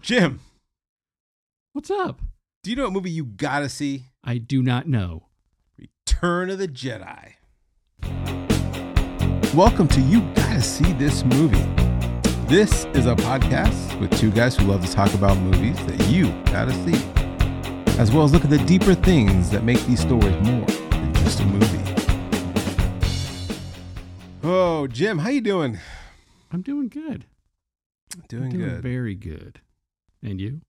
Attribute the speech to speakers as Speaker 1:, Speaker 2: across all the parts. Speaker 1: Jim,
Speaker 2: What's up?
Speaker 1: do you know what movie you gotta see?
Speaker 2: I do not know.
Speaker 1: Return of the Jedi. Welcome to You Gotta See This Movie. This is a podcast with two guys who love to talk about movies that you gotta see, as well as look at the deeper things that make these stories more than just a movie. Oh, Jim, how you doing?
Speaker 2: I'm doing good.
Speaker 1: Doing,
Speaker 2: doing
Speaker 1: good.
Speaker 2: Very good. And you?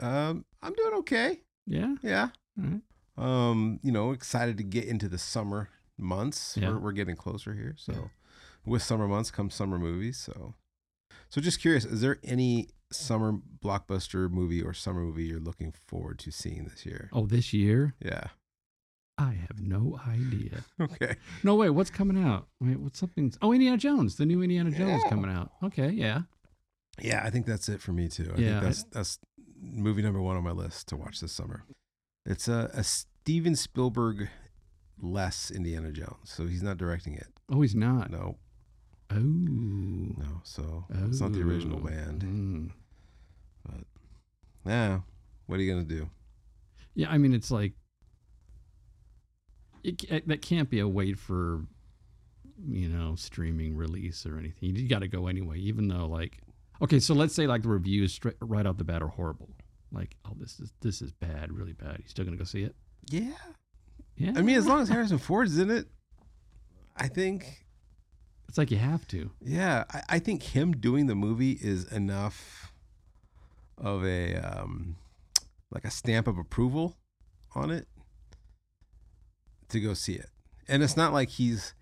Speaker 1: um, I'm doing okay.
Speaker 2: Yeah.
Speaker 1: Yeah.
Speaker 2: All right.
Speaker 1: Um, you know, excited to get into the summer months.
Speaker 2: Yeah.
Speaker 1: We're, we're getting closer here. So,
Speaker 2: Yeah.
Speaker 1: with summer months come summer movies. So, so just curious, is there any summer blockbuster movie or summer movie you're looking forward to seeing this year?
Speaker 2: Oh, this year?
Speaker 1: Yeah.
Speaker 2: I have no idea.
Speaker 1: Okay.
Speaker 2: No, wait. What's coming out? Wait, what's something? Oh, Indiana Jones. The new Indiana Jones
Speaker 1: Yeah.
Speaker 2: coming out. Okay. Yeah.
Speaker 1: Yeah, I think that's it for me too. I
Speaker 2: Yeah, I-
Speaker 1: think that's that's movie number one on my list to watch this summer. It's a, a Steven Spielberg less Indiana Jones. So he's not directing it.
Speaker 2: Oh, he's not.
Speaker 1: No,
Speaker 2: Oh. No.
Speaker 1: no. So it's not the original
Speaker 2: Oh.
Speaker 1: band.
Speaker 2: Hmm.
Speaker 1: Nah. What are you gonna do?
Speaker 2: Yeah. I mean, it's like, it, ca- that can't be a wait for, you know, streaming release or anything. You got to go anyway, even though, like, okay, so let's say, like, the reviews straight, right off the bat are horrible. Like, oh, this is this is bad, really bad. You still going to go see it?
Speaker 1: Yeah.
Speaker 2: Yeah.
Speaker 1: I mean, as long as Harrison Ford's in it, I think,
Speaker 2: it's like you have to.
Speaker 1: yeah, I, I think him doing the movie is enough of a, um, like a stamp of approval on it to go see it. And it's not like he's,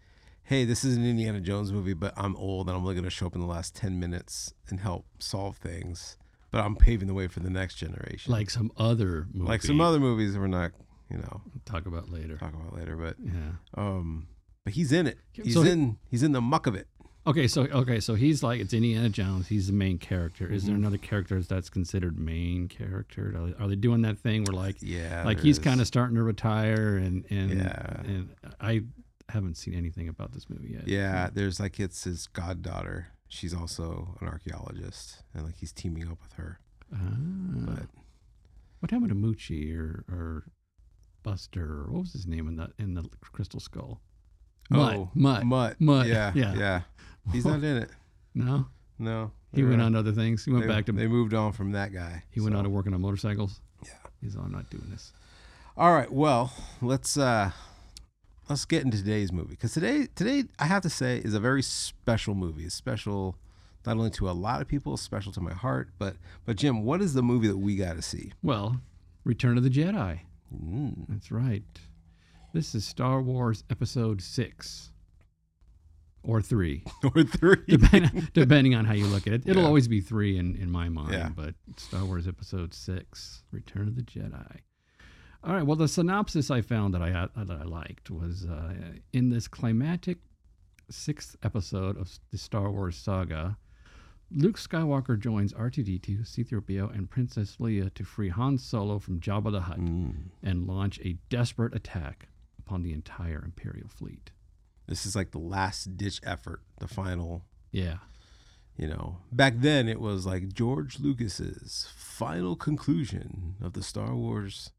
Speaker 1: hey, this is an Indiana Jones movie, but I'm old and I'm only going to show up in the last 10 minutes and help solve things, but I'm paving the way for the next generation.
Speaker 2: Like some other movie.
Speaker 1: like some other movies that we're not, you know,
Speaker 2: we'll talk about later.
Speaker 1: talk about later, but
Speaker 2: Yeah.
Speaker 1: Um, but he's in it.
Speaker 2: Okay,
Speaker 1: He's
Speaker 2: so he-
Speaker 1: in. he's in the muck of it.
Speaker 2: Okay, so okay, so he's like it's Indiana Jones. He's the main character. Is
Speaker 1: Mm-hmm.
Speaker 2: there another character that's considered main character? Are they, are they doing that thing where like
Speaker 1: Yeah.
Speaker 2: like
Speaker 1: there
Speaker 2: he's
Speaker 1: is.
Speaker 2: kind of starting to retire and and
Speaker 1: Yeah.
Speaker 2: and I haven't seen anything about this movie yet.
Speaker 1: Yeah. There's like it's his goddaughter. She's also an archaeologist, and like he's teaming up with her.
Speaker 2: Ah.
Speaker 1: But
Speaker 2: what happened to Moochie or or Buster? Or what was his name in the in the Crystal Skull? Mutt.
Speaker 1: oh,
Speaker 2: Mutt.
Speaker 1: Mutt.
Speaker 2: Mutt,
Speaker 1: Yeah.
Speaker 2: yeah.
Speaker 1: Yeah. He's not in it.
Speaker 2: No,
Speaker 1: No.
Speaker 2: he
Speaker 1: they're,
Speaker 2: went
Speaker 1: uh,
Speaker 2: on to other things. He went
Speaker 1: They,
Speaker 2: back to
Speaker 1: They moved on from that guy.
Speaker 2: he went
Speaker 1: so.
Speaker 2: on to working on motorcycles.
Speaker 1: Yeah.
Speaker 2: He's all, I'm not doing this.
Speaker 1: All right. Well, let's uh let's get into today's movie because today today I have to say is a very special movie. It's special not only to a lot of people, it's special to my heart. But but Jim, what is the movie that we got to see?
Speaker 2: Well, Return of the Jedi.
Speaker 1: Mm.
Speaker 2: That's right. This is Star Wars Episode 6 or 3,
Speaker 1: Or three?
Speaker 2: depending, depending on how you look at it. It'll
Speaker 1: Yeah.
Speaker 2: always be 3 in, in my mind,
Speaker 1: Yeah.
Speaker 2: but Star Wars Episode 6, Return of the Jedi. All right, well, the synopsis I found that I, uh, that I liked was uh, in this climatic sixth episode of the Star Wars saga, Luke Skywalker joins R2D2, C3PO, and Princess Leia to free Han Solo from Jabba the Hutt
Speaker 1: Mm.
Speaker 2: and launch a desperate attack upon the entire Imperial fleet.
Speaker 1: This is like the last ditch effort, the final.
Speaker 2: Yeah.
Speaker 1: You know, back then it was like George Lucas's final conclusion of the Star Wars.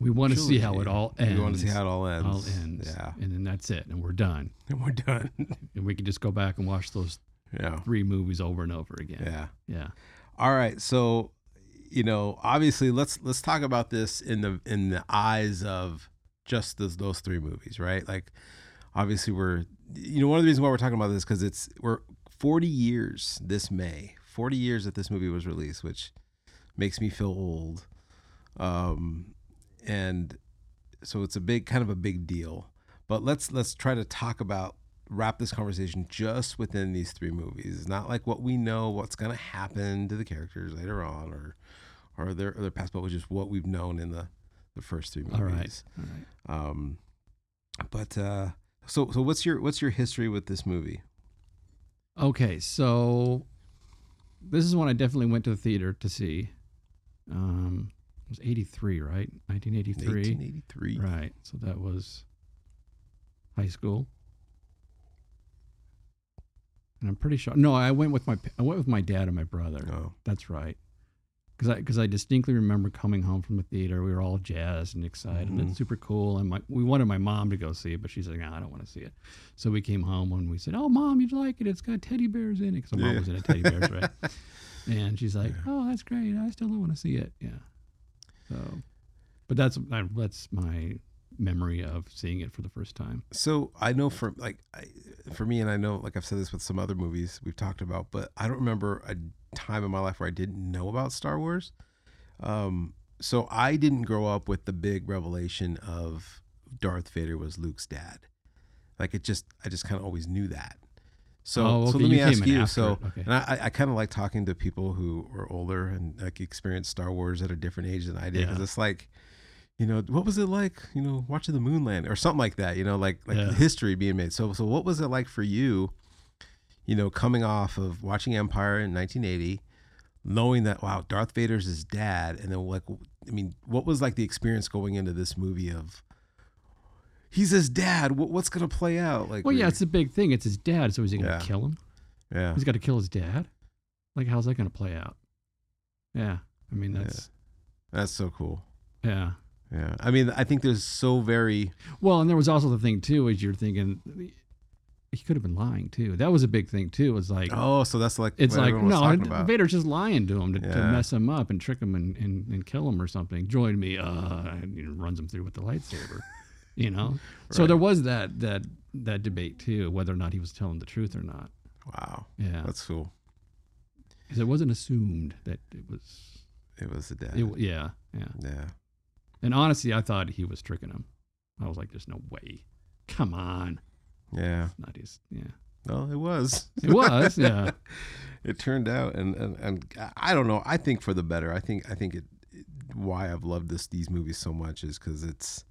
Speaker 2: We want to see how
Speaker 1: trilogy.
Speaker 2: it all ends.
Speaker 1: We want to see how it all
Speaker 2: it
Speaker 1: ends.
Speaker 2: all ends.
Speaker 1: Yeah,
Speaker 2: And then that's it. And we're done.
Speaker 1: and we're done.
Speaker 2: And we can just go back and watch those
Speaker 1: yeah,
Speaker 2: three movies over and over again.
Speaker 1: yeah.
Speaker 2: Yeah.
Speaker 1: All right, so you know, obviously, let's let's talk about this in the in the eyes of just those those three movies, right? Like, obviously, we're you know one of the reasons why we're talking about this because it's we're 40 years this May, 40 years that this movie was released, which makes me feel old, um, and so it's a big kind of a big deal. But let's let's try to talk about wrap this conversation just within these three movies. It's not like what we know, what's gonna happen to the characters later on, or or their or their past, but just what we've known in the the first three movies.
Speaker 2: All right. All right.
Speaker 1: Um, but uh, so so what's your what's your history with this movie?
Speaker 2: Okay, so this is one I definitely went to the theater to see. Um, it was 83, right? 1983.
Speaker 1: 1983.
Speaker 2: Right. So that was high school. And I'm pretty sure. No, I went with my pa- I went with my dad and my brother.
Speaker 1: Oh,
Speaker 2: That's right. because I because I distinctly remember coming home from the theater. We were all jazzed and excited. and
Speaker 1: Mm-hmm.
Speaker 2: It's super cool. And my, we wanted my mom to go see it, but she's like, "No, I don't want to see it." So we came home and we said, "Oh, mom, you'd like it. It's got teddy bears in it." Because my mom
Speaker 1: Yeah.
Speaker 2: was into teddy bears, right? And she's like, "Oh, that's great. I still don't want to see it." Yeah. So, but that's I- that's my memory of seeing it for the first time.
Speaker 1: So I know for like I, for me, and I know like I've said this with some other movies we've talked about, but I don't remember a time in my life where I didn't know about Star Wars. Um, so I didn't grow up with the big revelation of Darth Vader was Luke's dad. Like it just, I just kind of always knew that. So,
Speaker 2: Oh,
Speaker 1: so
Speaker 2: okay,
Speaker 1: let me
Speaker 2: you came
Speaker 1: ask
Speaker 2: in
Speaker 1: you.
Speaker 2: after
Speaker 1: So,
Speaker 2: it, okay.
Speaker 1: and I, I kind of like talking to people who are older and like experienced Star Wars at a different age than I did because
Speaker 2: Yeah.
Speaker 1: it's like, you know, what was it like, you know, watching the moon land or something like that, you know, like like
Speaker 2: Yeah.
Speaker 1: history being made. So so what was it like for you, you know, coming off of watching Empire in 1980, knowing that wow, Darth Vader's his dad and then like I mean, what was like the experience going into this movie of he's his dad, what, what's going to play out? Like were
Speaker 2: Well, yeah,
Speaker 1: you-
Speaker 2: it's a big thing. It's his dad. So is he going to
Speaker 1: Yeah.
Speaker 2: kill him?
Speaker 1: yeah.
Speaker 2: He's got to kill his dad. Like, how's that going to play out? Yeah, I mean
Speaker 1: Yeah.
Speaker 2: that's
Speaker 1: That's so cool.
Speaker 2: yeah.
Speaker 1: Yeah. I mean, I think there's so very
Speaker 2: Well, and there was also the thing too is you're thinking he could have been lying too. That was a big thing too. It's like
Speaker 1: Oh, so that's like
Speaker 2: it's
Speaker 1: what
Speaker 2: like
Speaker 1: everyone was
Speaker 2: no,
Speaker 1: talking
Speaker 2: it-
Speaker 1: about.
Speaker 2: Vader's just lying to him to, to
Speaker 1: Yeah.
Speaker 2: mess him up and trick him and, and, and kill him or something. Join me, uh, and you know, runs him through with the lightsaber. you know, so
Speaker 1: Right.
Speaker 2: there was that that that debate too, whether or not he was telling the truth or not.
Speaker 1: Wow.
Speaker 2: Yeah,
Speaker 1: That's cool.
Speaker 2: 'Cause it wasn't assumed that it was.
Speaker 1: It was the dad.
Speaker 2: It, w- yeah, yeah.
Speaker 1: yeah.
Speaker 2: And honestly, I thought he was tricking him. I was like, "There's no way. Come on,
Speaker 1: Yeah.
Speaker 2: not his. Yeah,
Speaker 1: Well, it was.
Speaker 2: it was. yeah,
Speaker 1: It turned out, and, and and I don't know. I think for the better. I think I think it, it why I've loved this these movies so much is because it's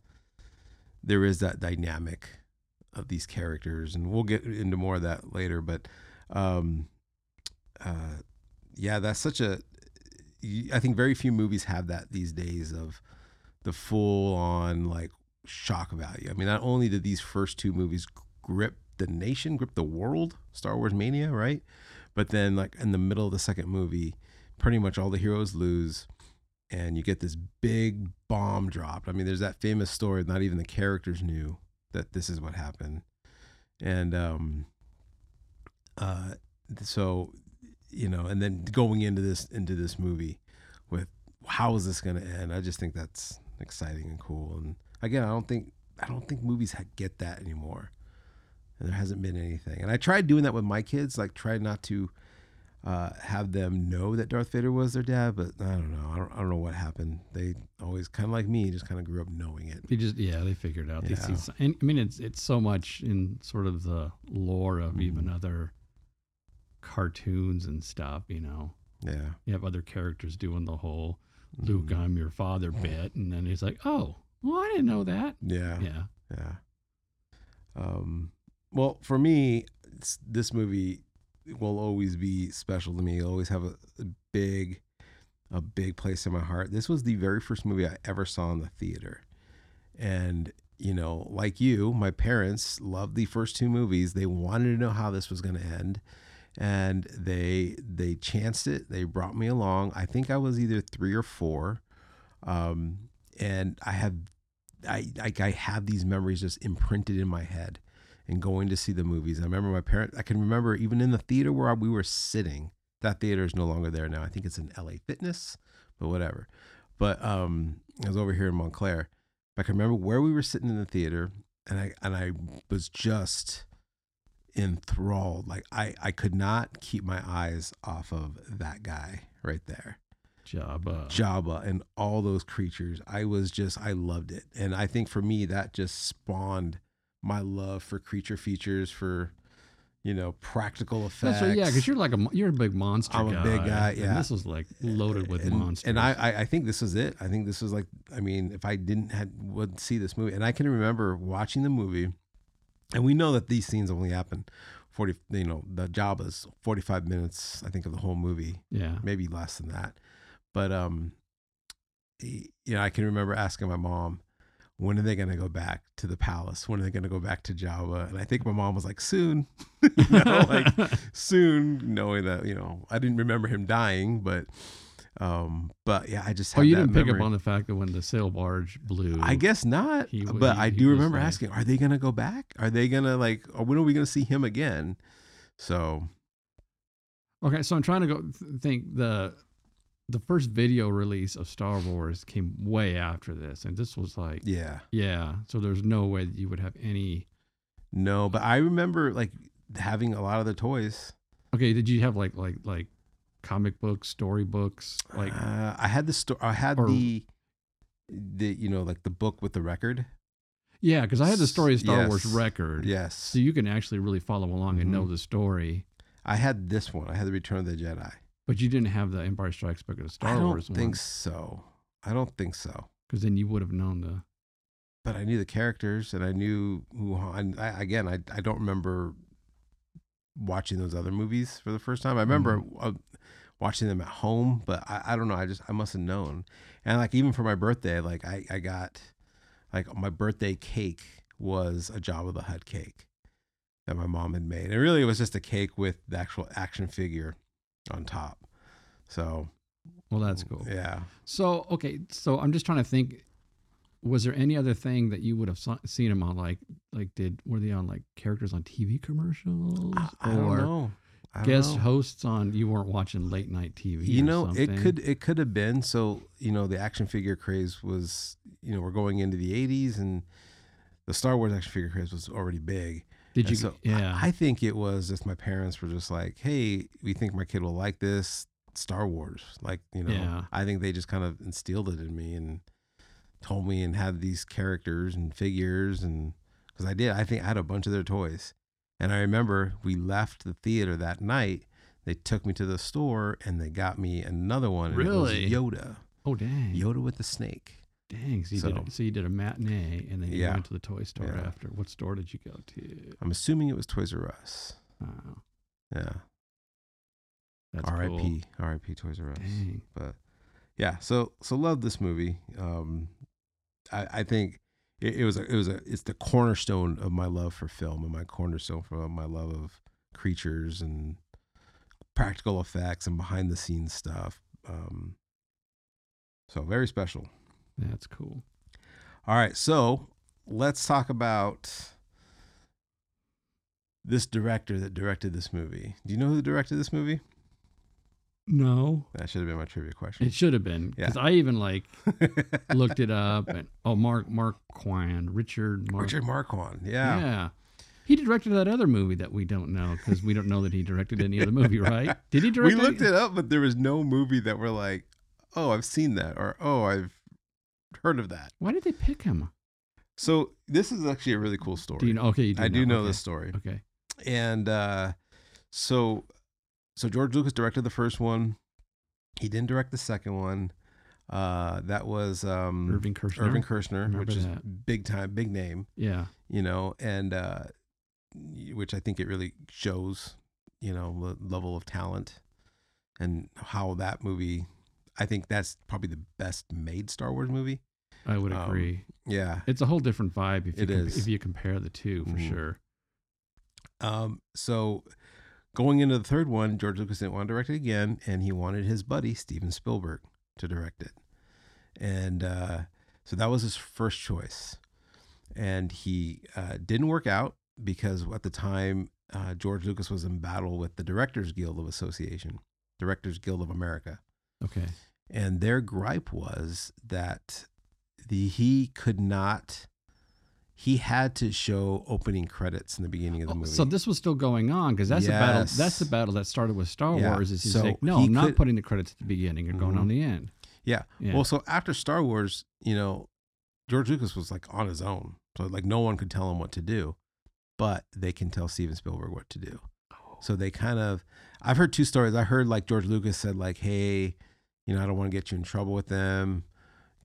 Speaker 1: there is that dynamic of these characters, and we'll get into more of that later. But um, uh, yeah, that's such a. I think very few movies have that these days of the full on like shock value. I mean, not only did these first two movies grip the nation, grip the world, Star Wars mania, right? But then, like in the middle of the second movie, pretty much all the heroes lose, and you get this big bomb dropped. I mean, there's that famous story. Not even the characters knew that this is what happened, and um, uh, so you know, and then going into this into this movie with how is this going to end? I just think that's exciting and cool. And again, I don't think I don't think movies ha- get that anymore. And there hasn't been anything. And I tried doing that with my kids, like tried not to uh, have them know that Darth Vader was their dad, but I don't know. I don't, I don't know what happened. They always kind of like me, just kind of grew up knowing it.
Speaker 2: they just yeah they figured out they see.
Speaker 1: Yeah.
Speaker 2: si- And I mean, it's it's so much in sort of the lore of even other cartoons and stuff. You know,
Speaker 1: Yeah.
Speaker 2: you have other characters doing the whole "Luke, I'm your father" bit, and then he's like, "Oh, well, I didn't know that."
Speaker 1: Mm-hmm. Yeah.
Speaker 2: Yeah,
Speaker 1: Yeah. Um, well, for me, it's, this movie will always be special to me. It'll always have a, a big, a big place in my heart. This was the very first movie I ever saw in the theater, and you know, like you, my parents loved the first two movies. They wanted to know how this was going to end, and they they chanced it. They brought me along. I think I was either three or four, um, and I have I like I have these memories just imprinted in my head and going to see the movies. I remember my parents I can remember even in the theater where we were sitting. That theater is no longer there now. I think it's in LA Fitness, but whatever. But um I was over here in Montclair. I can remember where we were sitting in the theater and I and I was just enthralled. Like I I could not keep my eyes off of that guy right there.
Speaker 2: Jabba.
Speaker 1: Jabba and all those creatures. I was just, I loved it. And I think for me, that just spawned my love for creature features, for, you know, practical effects.
Speaker 2: That's right. Yeah, because you're like a mo- you're a big monster.
Speaker 1: I'm a big guy,
Speaker 2: and
Speaker 1: yeah.
Speaker 2: this was like loaded with
Speaker 1: and,
Speaker 2: monsters.
Speaker 1: And I, I, I think this was it. I think this was like, I mean, if I didn't had would see this movie, and I can remember watching the movie, and we know that these scenes only happen, forty, you know, the Jabba's forty five minutes, I think, of the whole movie.
Speaker 2: yeah.
Speaker 1: maybe less than that. But um, y- you know, I can remember asking my mom, "When are they going to go back to the palace? When are they going to go back to Java?" And I think my mom was like, "Soon," you know, like soon, knowing that you know I didn't remember him dying, but Um, but yeah, I just
Speaker 2: Oh,
Speaker 1: have
Speaker 2: you
Speaker 1: that
Speaker 2: didn't pick up
Speaker 1: memory.
Speaker 2: on the fact that when the sail barge blew,
Speaker 1: I guess not.
Speaker 2: He wa-
Speaker 1: but
Speaker 2: he-
Speaker 1: I
Speaker 2: he
Speaker 1: do
Speaker 2: was
Speaker 1: remember
Speaker 2: like-
Speaker 1: asking, are they gonna go back? Are they gonna like? Or when are we gonna see him again? So
Speaker 2: Okay, so I'm trying to go th- think the the first video release of Star Wars came way after this, and this was like yeah.
Speaker 1: yeah,
Speaker 2: so there's no way that you would have any.
Speaker 1: no. But I remember like having a lot of the toys.
Speaker 2: Okay, did you have like like like comic books, storybooks, like
Speaker 1: uh, I had the store. I had
Speaker 2: or-
Speaker 1: the the you know like the book with the record.
Speaker 2: yeah? Because I had the story of Star Wars
Speaker 1: Yes.
Speaker 2: record,
Speaker 1: Yes,
Speaker 2: so you can actually really follow along and know
Speaker 1: Mhm.
Speaker 2: the story,
Speaker 1: I had this one. I had the Return of the Jedi.
Speaker 2: but you didn't have the Empire Strikes Back or the Star
Speaker 1: I don't
Speaker 2: Wars
Speaker 1: think so. I don't think so.
Speaker 2: because then you would have known the.
Speaker 1: But I knew the characters, and I knew who. Han, I, again, I I don't remember watching those other movies for the first time. I remember uh, watching them at home, but I, I don't know. I just I must have known. And like even for my birthday, like I I got like my birthday cake was a Jabba the Hutt cake that my mom had made. And really, it was just a cake with the actual action figure on top. So
Speaker 2: Well, that's cool.
Speaker 1: Yeah.
Speaker 2: So okay, so I'm just trying to think. Was there any other thing that you would have so- seen him on? Like, like did were they on like characters on TV commercials
Speaker 1: I, I don't know. I don't
Speaker 2: guest
Speaker 1: know.
Speaker 2: hosts on? You weren't watching late night TV.
Speaker 1: You
Speaker 2: or
Speaker 1: know, it
Speaker 2: something?
Speaker 1: could it could have been. So you know, the action figure craze was you know we're going into the '80s, and the Star Wars action figure craze was already big.
Speaker 2: Did
Speaker 1: And
Speaker 2: you?
Speaker 1: so I-
Speaker 2: yeah.
Speaker 1: I, think it was just my parents were just like, "Hey, we think my kid will like this Star Wars." Like you know,
Speaker 2: Yeah.
Speaker 1: I think they just kind of instilled it in me and told me and had these characters and figures and because I did, I think I had a bunch of their toys. And I remember we left the theater that night. They took me to the store and they got me another one. and it was
Speaker 2: Really?
Speaker 1: Yoda.
Speaker 2: oh dang.
Speaker 1: Yoda with the snake.
Speaker 2: dang. So you,
Speaker 1: So-
Speaker 2: did, a- so you did a matinee, and then you
Speaker 1: Yeah.
Speaker 2: went to the toy store
Speaker 1: Yeah.
Speaker 2: after. What store did you go to?
Speaker 1: I'm assuming it was Toys R Us.
Speaker 2: Wow,
Speaker 1: Yeah.
Speaker 2: that's
Speaker 1: R.I.P.
Speaker 2: cool.
Speaker 1: R.I.P. Toys R Us.
Speaker 2: Dang.
Speaker 1: but yeah so so love this movie um i i think it, it was a, it was a it's the cornerstone of my love for film and my cornerstone for my love of creatures and practical effects and behind the scenes stuff um so very special
Speaker 2: That's cool.
Speaker 1: all right so let's talk about this director that directed this movie do you know who directed this movie
Speaker 2: No,
Speaker 1: that should have been my trivia question
Speaker 2: it should have been because I even like looked it up and oh mark mark Quine, richard mark
Speaker 1: richard marquand
Speaker 2: yeah. he directed that other movie that we don't know because we don't know that he directed any other movie right did he direct
Speaker 1: we looked
Speaker 2: any-
Speaker 1: it up, but there was no movie that we're like, oh, I've seen that, or oh, I've heard of that.
Speaker 2: why did they pick him
Speaker 1: So this is actually a really cool story.
Speaker 2: do you know okay you do
Speaker 1: I do know
Speaker 2: okay.
Speaker 1: this story,
Speaker 2: okay
Speaker 1: and uh, so so George Lucas directed the first one. He didn't direct the second one. Uh, that was um,
Speaker 2: irving kirshner
Speaker 1: Irvin Kershner,
Speaker 2: Remember
Speaker 1: which is
Speaker 2: that.
Speaker 1: big time, big name,
Speaker 2: yeah
Speaker 1: you know, and uh, which I think it really shows, you know, the level of talent and how that movie. I think that's probably the best made Star Wars movie.
Speaker 2: i would
Speaker 1: Um,
Speaker 2: agree
Speaker 1: Yeah.
Speaker 2: it's a whole different vibe if you
Speaker 1: It
Speaker 2: com-
Speaker 1: is.
Speaker 2: if you compare the two for
Speaker 1: Mhm.
Speaker 2: sure
Speaker 1: Um. So going into the third one, George Lucas didn't want to direct it again, and he wanted his buddy Steven Spielberg to direct it, and uh, so that was his first choice, and he uh, didn't work out because at the time uh, George Lucas was in battle with the Directors Guild of Association, Directors Guild of America,
Speaker 2: okay
Speaker 1: and their gripe was that the he could not. He had to show opening credits in the beginning of the
Speaker 2: Oh,
Speaker 1: movie.
Speaker 2: so this was still going on because that's a battle that's the
Speaker 1: Yes.
Speaker 2: battle that started with star
Speaker 1: Yeah,
Speaker 2: wars is he's
Speaker 1: so
Speaker 2: like no
Speaker 1: he
Speaker 2: i'm not
Speaker 1: could-
Speaker 2: putting the credits at the beginning you're going
Speaker 1: Mhm.
Speaker 2: on the end
Speaker 1: Yeah.
Speaker 2: Yeah.
Speaker 1: Well, so after Star Wars, you know, George Lucas was like on his own. So like no one could tell him what to do, but they can tell Steven Spielberg what to do. So they kind of I've heard two stories. I heard like George Lucas said like, "Hey, you know, I don't want to get you in trouble with them.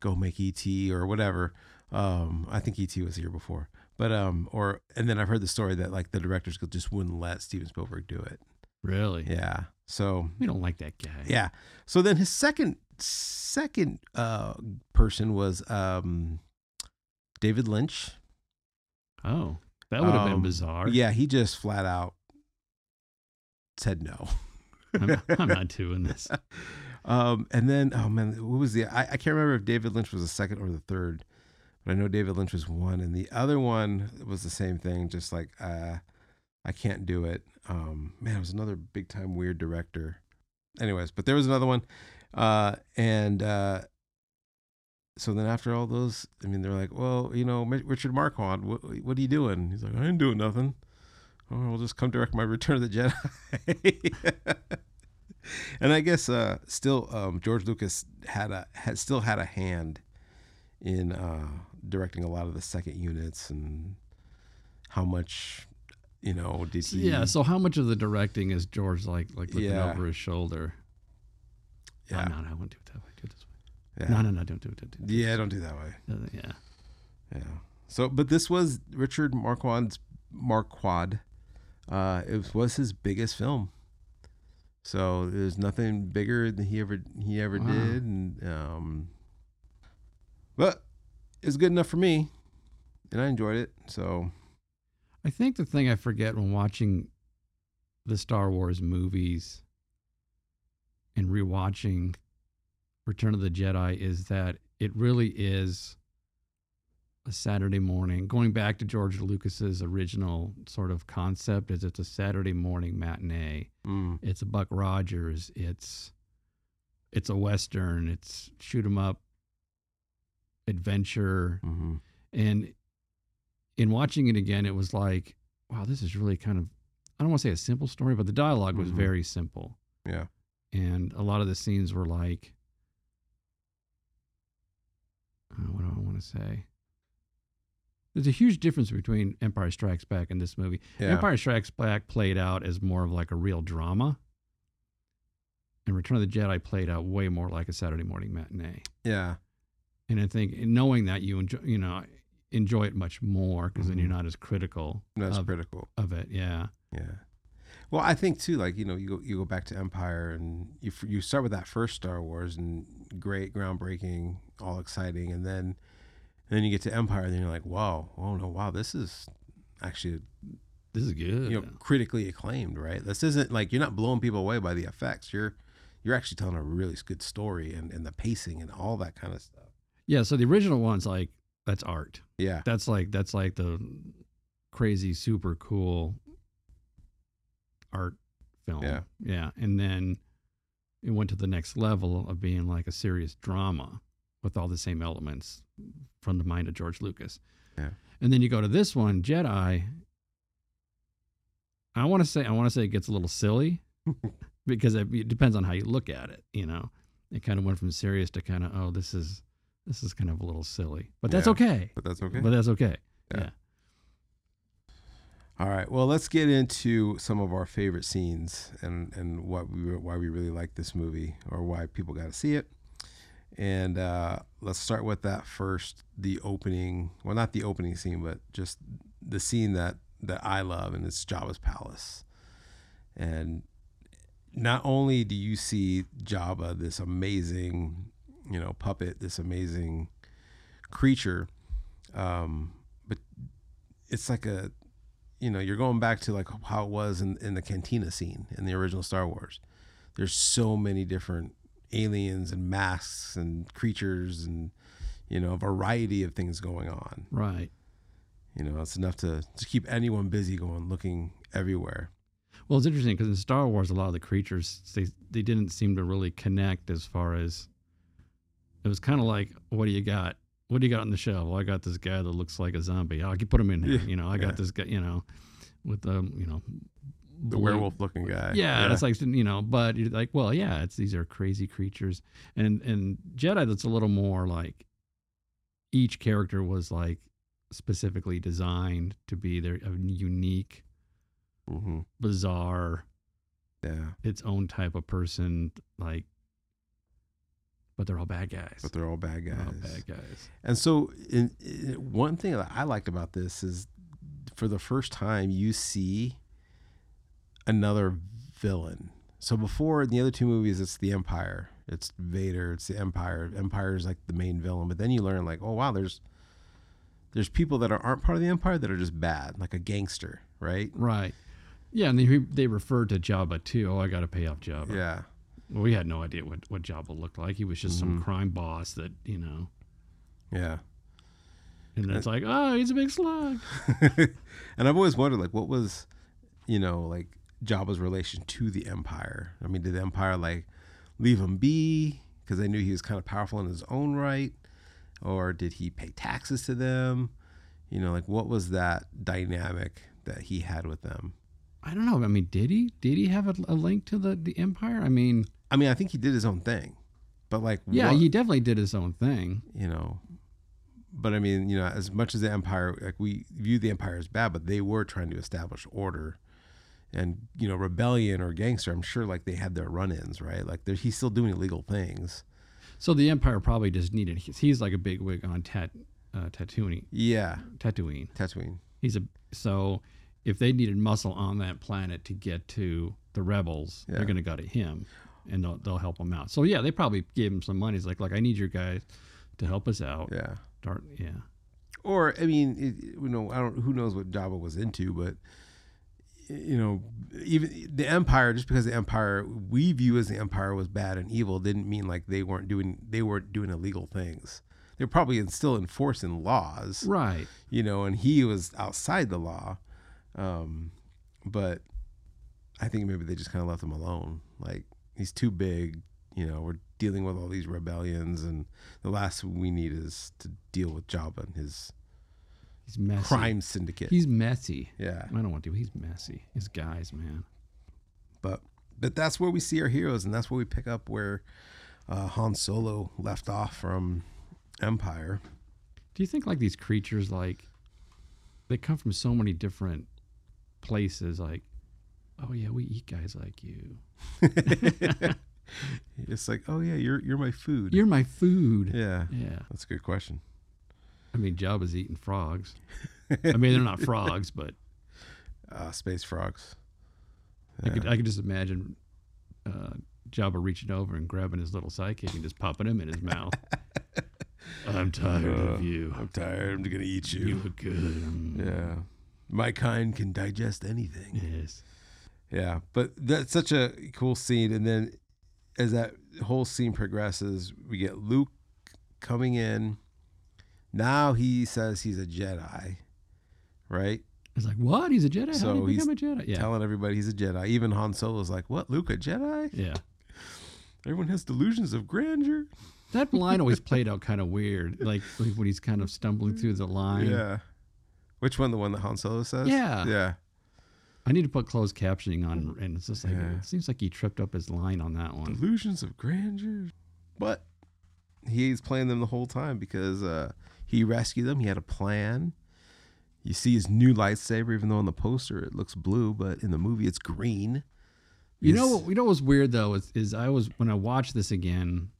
Speaker 1: Go make ET or whatever." Um, I think ET was here before. But um or and then I've heard the story that like the directors just wouldn't let Steven Spielberg do it.
Speaker 2: really
Speaker 1: Yeah. So
Speaker 2: we don't like that guy
Speaker 1: yeah. So then his second second uh person was um David Lynch.
Speaker 2: Oh, that would have been
Speaker 1: Um,
Speaker 2: bizarre.
Speaker 1: Yeah, he just flat out said no.
Speaker 2: I'm, I'm not doing this.
Speaker 1: Um, and then, oh man, what was the? I, I can't remember if David Lynch was the second or the third, but I know David Lynch was one, and the other one was the same thing. Just like uh, I can't do it. Um, man, it was another big time weird director. Anyways, but there was another one, uh, and uh, so then after all those, I mean, they're like, well, you know, Mi- Richard Marquand, what, what are you doing? He's like, I ain't doing nothing. Oh, I'll just come direct my Return of the Jedi. and I guess uh, still um, George Lucas had a had still had a hand in uh, directing a lot of the second units and how much you know did he?
Speaker 2: Yeah. So how much of the directing is George like like looking
Speaker 1: Yeah.
Speaker 2: over his shoulder?
Speaker 1: Yeah.
Speaker 2: Oh, no, no, I won't do it that way. Do it this way.
Speaker 1: yeah.
Speaker 2: No, no, no, don't do it. Don't do it.
Speaker 1: yeah, don't do that way.
Speaker 2: Uh, yeah.
Speaker 1: Yeah. So, but this was Richard Marquand's Marquand. Uh, it was his biggest film. So there's nothing bigger than he ever he ever
Speaker 2: Wow.
Speaker 1: did, and um, but it's good enough for me, and I enjoyed it. So
Speaker 2: I think the thing I forget when watching the Star Wars movies and rewatching Return of the Jedi is that it really is a Saturday morning. Going back to George Lucas's original sort of concept is it's a Saturday morning matinee.
Speaker 1: mm,
Speaker 2: It's a Buck Rogers, it's it's a western, it's shoot 'em up adventure.
Speaker 1: hmm
Speaker 2: And in watching it again, it was like, wow, this is really kind of, I don't want to say a simple story, but the dialog was
Speaker 1: Mhm.
Speaker 2: very simple.
Speaker 1: Yeah.
Speaker 2: And a lot of the scenes were like, uh, what do I want to say? There's a huge difference between Empire Strikes Back and this movie.
Speaker 1: yeah,
Speaker 2: Empire Strikes Back played out as more of like a real drama. And Return of the Jedi played out way more like a Saturday morning matinee
Speaker 1: yeah,
Speaker 2: and I think in knowing that you enjoy, you know, enjoy it much more because then you're
Speaker 1: Mhm.
Speaker 2: not as critical
Speaker 1: that's
Speaker 2: of,
Speaker 1: critical.
Speaker 2: of it. Yeah,
Speaker 1: Yeah. Well, I think too, like you know, you go you go back to Empire, and you f- you start with that first Star Wars, and great, groundbreaking, all exciting, and then then you get to Empire, and then you're like, wow, oh no, wow, this is actually
Speaker 2: this is good.
Speaker 1: you know critically acclaimed, right? This isn't like you're not blowing people away by the effects. You're you're actually telling a really good story, and and the pacing, and all that kind of stuff.
Speaker 2: yeah. So the original one's like that's art.
Speaker 1: Yeah.
Speaker 2: That's like that's like the crazy, super cool art film.
Speaker 1: Yeah.
Speaker 2: yeah. And then it went to the next level of being like a serious drama with all the same elements from the mind of George Lucas.
Speaker 1: Yeah.
Speaker 2: And then you go to this one, Jedi. I want to say I want to say it gets a little silly because it, it depends on how you look at it. You know, it kind of went from serious to kind of oh this is this is kind of a little silly, but that's
Speaker 1: Yeah.
Speaker 2: okay.
Speaker 1: But that's okay.
Speaker 2: But that's okay.
Speaker 1: All right. Well, let's get into some of our favorite scenes and and what we re- why we really like this movie or why people got to see it. And uh, let's start with that first. The opening, well, not the opening scene, but just the scene that that I love, and it's Jabba's palace. And not only do you see Jabba, this amazing, you know, puppet, this amazing creature, um, but it's like a you know you're going back to like how it was in, in the cantina scene in the original star wars there's so many different aliens and masks and creatures and you know a variety of things going on
Speaker 2: Right.
Speaker 1: you know it's enough to, to keep anyone busy going looking everywhere
Speaker 2: Well, it's interesting because in Star Wars, a lot of the creatures they they didn't seem to really connect as far as it was kind of like, what do you got? What do you got on the shelf? Well, I got this guy that looks like a zombie. Oh, I can put him in here.
Speaker 1: Yeah,
Speaker 2: You know, I got
Speaker 1: yeah.
Speaker 2: this guy. You know, with the um, you know,
Speaker 1: the
Speaker 2: blue-
Speaker 1: werewolf looking guy
Speaker 2: Yeah, it's like you know, but you're like, well, yeah, it's these are crazy creatures, and and Jedi that's a little more like each character was like specifically designed to be their a unique,
Speaker 1: hmm
Speaker 2: bizarre
Speaker 1: yeah
Speaker 2: its own type of person, like, but they're all bad guys.
Speaker 1: but they're all bad
Speaker 2: They're
Speaker 1: guys
Speaker 2: all bad guys.
Speaker 1: And so, in, in, one thing that I liked about this is, for the first time, you see another villain. So before in the other two movies, it's the Empire, it's Vader, it's the Empire. Empire is like the main villain, but then you learn like, oh wow, there's there's people that are, aren't part of the Empire that are just bad, like a gangster, right?
Speaker 2: Right. Yeah, and they, they refer to Jabba too. Oh, I got to pay off Jabba.
Speaker 1: Yeah.
Speaker 2: Well, we had no idea what what Jabba looked like. He was just some crime boss that you know.
Speaker 1: Yeah.
Speaker 2: And then it's like, oh, he's a big slug.
Speaker 1: and I've always wondered, like, what was, you know, like Jabba's relation to the Empire? I mean, did the Empire like leave him be because they knew he was kind of powerful in his own right, or did he pay taxes to them? You know, like what was that dynamic that he had with them?
Speaker 2: I don't know. I mean, did he did he have a, a link to the the Empire? I mean,
Speaker 1: I mean, I think he did his own thing, but like,
Speaker 2: yeah,
Speaker 1: what-
Speaker 2: he definitely did his own thing.
Speaker 1: you know but i mean you know as much as the empire like we view the empire as bad but they were trying to establish order and you know rebellion or gangster i'm sure like they had their run-ins right like they're- he's still doing illegal things
Speaker 2: So the Empire probably just needed. He's, he's like a big wig on tat, uh, Tatooine.
Speaker 1: yeah
Speaker 2: Tatooine.
Speaker 1: tatooine
Speaker 2: He's a so if they needed muscle on that planet to get to the rebels,
Speaker 1: Yeah.
Speaker 2: they're going to go to him, and they'll they'll help him out. So yeah, they probably gave him some money. It's like, like I need your guys to help us out.
Speaker 1: yeah
Speaker 2: Dart, yeah.
Speaker 1: or i mean it, you know i don't who knows what jabba was into but you know even the empire just because the empire we view as the empire was bad and evil didn't mean like they weren't doing they weren't doing illegal things they're probably still enforcing laws
Speaker 2: Right.
Speaker 1: you know, and he was outside the law. Um, but I think maybe they just kind of left him alone. Like he's too big, you know. We're dealing with all these rebellions, and the last we need is to deal with Jabba and his
Speaker 2: He's messy.
Speaker 1: crime syndicate.
Speaker 2: He's messy.
Speaker 1: yeah,
Speaker 2: I don't want to. He's messy. His guys, man.
Speaker 1: but but that's where we see our heroes, and that's where we pick up where uh, Han Solo left off from Empire.
Speaker 2: Do you think like these creatures like they come from so many different places? Like, oh yeah, we eat guys like you.
Speaker 1: It's like, oh yeah, you're you're my food.
Speaker 2: You're my food.
Speaker 1: yeah,
Speaker 2: Yeah.
Speaker 1: that's a good question.
Speaker 2: I mean, Jabba's eating frogs. I mean, they're not frogs, but
Speaker 1: Uh, space frogs.
Speaker 2: I could I could just imagine uh, Jabba reaching over and grabbing his little sidekick and just popping him in his mouth. I'm tired of you.
Speaker 1: Uh, I'm tired. I'm gonna eat
Speaker 2: You look good. Mm,
Speaker 1: Yeah. My kind can digest anything.
Speaker 2: Yes.
Speaker 1: Yeah, but that's such a cool scene. And then as that whole scene progresses, we get Luke coming in. Now he says he's a Jedi, right?
Speaker 2: It's like what? He's a Jedi.
Speaker 1: So
Speaker 2: How did he
Speaker 1: he's
Speaker 2: become a Jedi? Yeah.
Speaker 1: Telling everybody he's a Jedi. Even Han Solo's like, "What, Luke, a Jedi?
Speaker 2: yeah.
Speaker 1: Everyone has delusions of grandeur."
Speaker 2: That line always played out kind of weird. Like, like when he's kind of stumbling through the line.
Speaker 1: Mm. Yeah. Which one? The one that Han Solo says?
Speaker 2: Yeah.
Speaker 1: Yeah.
Speaker 2: I need to put closed captioning on, and it's just like
Speaker 1: Yeah.
Speaker 2: it seems like he tripped up his line on that one.
Speaker 1: illusions of grandeur. But he's playing them the whole time because uh, he rescued them. He had a plan. You see his new lightsaber, even though on the poster it looks blue, but in the movie it's green.
Speaker 2: You know,
Speaker 1: He's-
Speaker 2: what- you know what's weird though is, is I was when I watched this again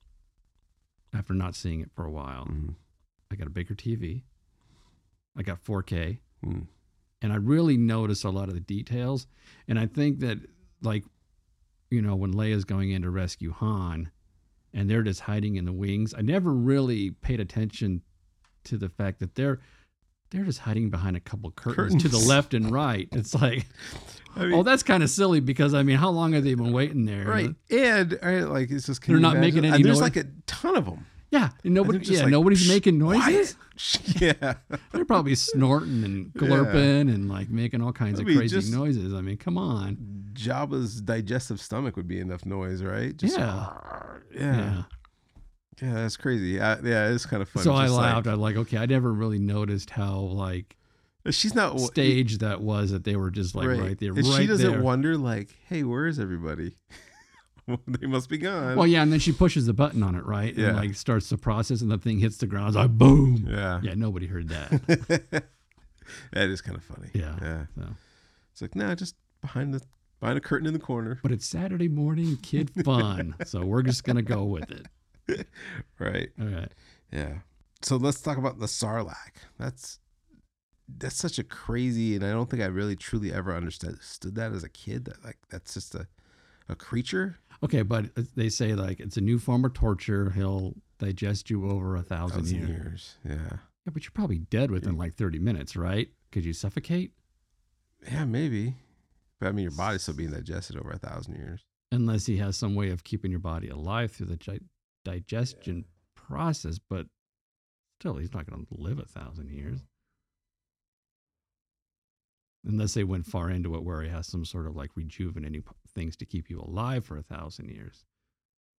Speaker 2: after not seeing it for a while.
Speaker 1: Mhm.
Speaker 2: I got a bigger TV, I got 4K,
Speaker 1: Mm.
Speaker 2: and I really noticed a lot of the details. And I think that like, you know, when Leia's going in to rescue Han, and they're just hiding in the wings, I never really paid attention to the fact that they're they're just hiding behind a couple curtains, to the
Speaker 1: Curtains.
Speaker 2: left and right. It's like.
Speaker 1: I mean,
Speaker 2: Oh, that's kind of silly because I mean, how long have they been waiting there?
Speaker 1: right. And I, like it's just can
Speaker 2: They're
Speaker 1: you
Speaker 2: not
Speaker 1: imagine?
Speaker 2: making any
Speaker 1: And there's
Speaker 2: noise.
Speaker 1: like a ton of them.
Speaker 2: Yeah, and nobody.
Speaker 1: they're just
Speaker 2: Yeah,
Speaker 1: like,
Speaker 2: nobody's
Speaker 1: "Shh,
Speaker 2: making noises.
Speaker 1: yeah.
Speaker 2: They're probably snorting and glurping and like making all kinds
Speaker 1: I
Speaker 2: of
Speaker 1: mean,
Speaker 2: crazy
Speaker 1: just-
Speaker 2: noises. I mean, come on.
Speaker 1: Jabba's digestive stomach would be enough noise, right? Just-
Speaker 2: Yeah.
Speaker 1: yeah.
Speaker 2: Yeah.
Speaker 1: Yeah, that's crazy. I, yeah, it's kind of funny.
Speaker 2: So I
Speaker 1: Just like-
Speaker 2: laughed. I'm like, okay, I never really noticed how like
Speaker 1: she's not
Speaker 2: staged that was that they were just like right, there,
Speaker 1: And
Speaker 2: right
Speaker 1: she doesn't
Speaker 2: there.
Speaker 1: wonder, like, hey, where is everybody? Well, they must be gone.
Speaker 2: well, yeah, and then she pushes the button on it, right?
Speaker 1: Yeah.
Speaker 2: And like starts the process, and the thing hits the ground. It's like boom.
Speaker 1: yeah.
Speaker 2: Yeah, nobody heard that.
Speaker 1: that is kind of funny.
Speaker 2: Yeah.
Speaker 1: Yeah.
Speaker 2: so.
Speaker 1: It's like, nah, just behind the behind a curtain in the corner.
Speaker 2: But it's Saturday morning kid fun, so we're just gonna go with it.
Speaker 1: Right.
Speaker 2: All right.
Speaker 1: Yeah. So let's talk about the Sarlacc. That's that's such a crazy and I don't think I really truly ever understood stood that as a kid. That like that's just a a creature.
Speaker 2: Okay, but they say like it's a new form of torture. He'll digest you over a thousand, years.
Speaker 1: Yeah.
Speaker 2: Yeah, but you're probably dead within like thirty minutes, right? Could you suffocate?
Speaker 1: Yeah, maybe. But I mean your body's still being digested over a thousand years.
Speaker 2: unless he has some way of keeping your body alive through the gi- digestion process. But still, he's not going to live a thousand years. Unless they went far into it where he has some sort of like rejuvenating p- things to keep you alive for a thousand years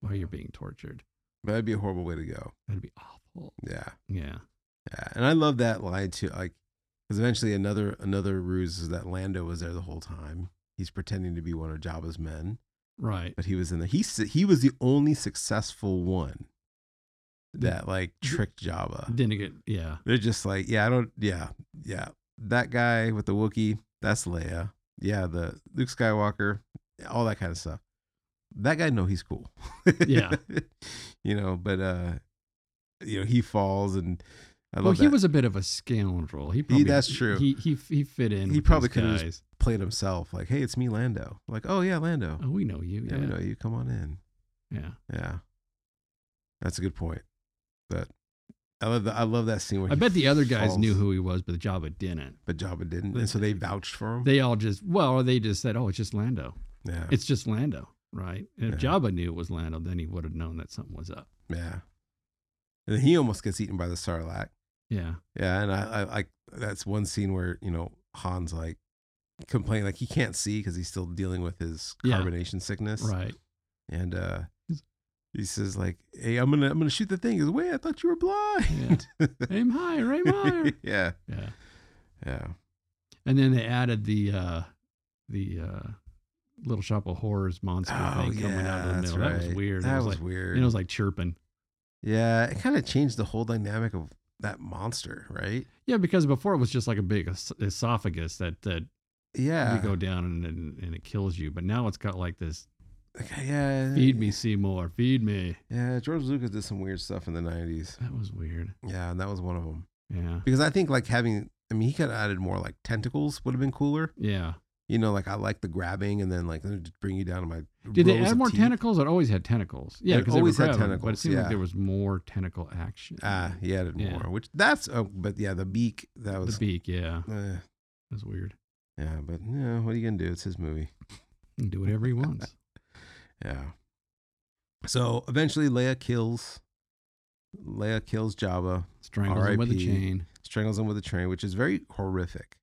Speaker 2: while you're being tortured.
Speaker 1: That'd be a horrible way to go.
Speaker 2: That'd be awful.
Speaker 1: Yeah.
Speaker 2: Yeah.
Speaker 1: Yeah, and I love that line too. Like, because eventually another another ruse is that Lando was there the whole time. He's pretending to be one of Jabba's men,
Speaker 2: Right.
Speaker 1: but he was in there. He s- he was the only successful one that like tricked Jabba.
Speaker 2: Didn't get, yeah.
Speaker 1: They're just like, yeah, I don't, yeah, yeah. That guy with the Wookiee, that's Leia. Yeah, the Luke Skywalker, all that kind of stuff. That guy, no, he's cool.
Speaker 2: Yeah.
Speaker 1: you know, but uh, you know, he falls and I love
Speaker 2: Well,
Speaker 1: that.
Speaker 2: he was a bit of a scoundrel. He probably,
Speaker 1: that's true.
Speaker 2: He he he fit in.
Speaker 1: He
Speaker 2: with
Speaker 1: probably
Speaker 2: those
Speaker 1: could've just-
Speaker 2: guys.
Speaker 1: played himself. Like, hey, it's me, Lando. Like, oh yeah, Lando.
Speaker 2: Oh, we know you.
Speaker 1: yeah,
Speaker 2: Yeah,
Speaker 1: we know you. Come on in.
Speaker 2: yeah.
Speaker 1: Yeah, that's a good point. But I love the, I love that scene where
Speaker 2: I
Speaker 1: he
Speaker 2: bet the other guys
Speaker 1: falls,
Speaker 2: knew who he was, but the Jabba didn't.
Speaker 1: but Jabba didn't, and so they vouched for him.
Speaker 2: They all just well, or they just said, "Oh, it's just Lando.
Speaker 1: yeah,
Speaker 2: It's just Lando." Right? And if
Speaker 1: Yeah.
Speaker 2: Jabba knew it was Lando, then he would have known that something was up.
Speaker 1: yeah. And then he almost gets eaten by the Sarlacc.
Speaker 2: Yeah,
Speaker 1: Yeah, and I, I like that's one scene where you know Han's like complaining like he can't see because he's still dealing with his
Speaker 2: Yeah.
Speaker 1: carbonation sickness.
Speaker 2: right.
Speaker 1: and uh
Speaker 2: He's-
Speaker 1: he says like hey i'm gonna i'm gonna shoot the thing he goes wait i thought you were blind
Speaker 2: Aim higher, aim
Speaker 1: yeah
Speaker 2: higher.
Speaker 1: yeah
Speaker 2: Yeah.
Speaker 1: yeah,
Speaker 2: And then they added the uh the uh Little Shop of Horrors monster
Speaker 1: oh,
Speaker 2: thing coming out
Speaker 1: yeah
Speaker 2: of the
Speaker 1: that's
Speaker 2: middle. That was
Speaker 1: right.
Speaker 2: weird.
Speaker 1: that
Speaker 2: it was,
Speaker 1: was,
Speaker 2: like,
Speaker 1: weird
Speaker 2: And it was like chirping.
Speaker 1: yeah it kind of changed the whole dynamic of that monster right
Speaker 2: Yeah, because before it was just like a big es- esophagus that that
Speaker 1: yeah
Speaker 2: you go down and, and and it kills you. But now it's got like this
Speaker 1: Okay, yeah
Speaker 2: feed me Seymour, feed me.
Speaker 1: yeah george lucas did some weird stuff in the 90s
Speaker 2: That was weird.
Speaker 1: yeah and that was one of them
Speaker 2: Yeah.
Speaker 1: because i think like having i mean he could have added more like tentacles would have been cooler
Speaker 2: Yeah.
Speaker 1: you know like i like the grabbing and then like let me just bring you down to my
Speaker 2: Did they
Speaker 1: rows
Speaker 2: add
Speaker 1: of
Speaker 2: more
Speaker 1: teeth.
Speaker 2: tentacles? It always had tentacles.
Speaker 1: It
Speaker 2: Yeah, because they
Speaker 1: always
Speaker 2: were
Speaker 1: had
Speaker 2: grabbing, But it
Speaker 1: tentacles,
Speaker 2: seemed like
Speaker 1: yeah.
Speaker 2: there was more tentacle action.
Speaker 1: Ah, he added
Speaker 2: Yeah.
Speaker 1: more, which that's oh, but yeah, the beak that
Speaker 2: the
Speaker 1: was
Speaker 2: beak. Yeah,
Speaker 1: eh,
Speaker 2: that's weird.
Speaker 1: yeah, but you know, what are you gonna do? It's his movie,
Speaker 2: He can do whatever he wants.
Speaker 1: yeah. So eventually, Leia kills. Leia kills Jabba,
Speaker 2: Strangles him with a
Speaker 1: R.I.P..
Speaker 2: chain.
Speaker 1: strangles him with a train, which is very horrific.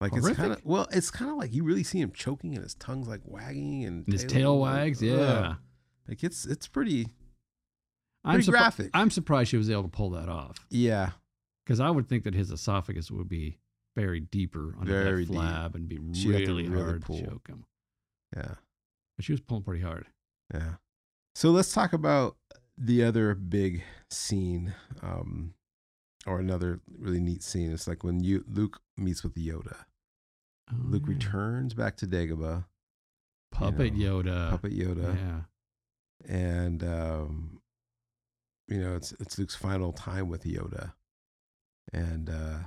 Speaker 1: Like it's kind of
Speaker 2: Horrific?
Speaker 1: well, it's kind of like you really see him choking and his tongue's like wagging and,
Speaker 2: And his tail wags.
Speaker 1: Ugh.
Speaker 2: Yeah.
Speaker 1: like it's it's pretty
Speaker 2: I'm,
Speaker 1: Pretty
Speaker 2: surpri-
Speaker 1: graphic.
Speaker 2: I'm surprised she was able to pull that off
Speaker 1: yeah
Speaker 2: because I would think that his esophagus would be buried deeper under
Speaker 1: Very
Speaker 2: that
Speaker 1: deep.
Speaker 2: flab and be
Speaker 1: She'd have to
Speaker 2: really,
Speaker 1: really
Speaker 2: hard
Speaker 1: pull.
Speaker 2: to choke him.
Speaker 1: yeah
Speaker 2: But she was pulling pretty hard.
Speaker 1: Yeah. So let's talk about the other big scene, um, or another really neat scene. It's like when you Luke meets with Yoda.
Speaker 2: Oh,
Speaker 1: Luke
Speaker 2: yeah.
Speaker 1: returns back to Dagobah,
Speaker 2: Puppet
Speaker 1: know,
Speaker 2: Yoda.
Speaker 1: puppet Yoda,
Speaker 2: Uh, Yeah.
Speaker 1: and um, you know it's it's Luke's final time with Yoda, and uh,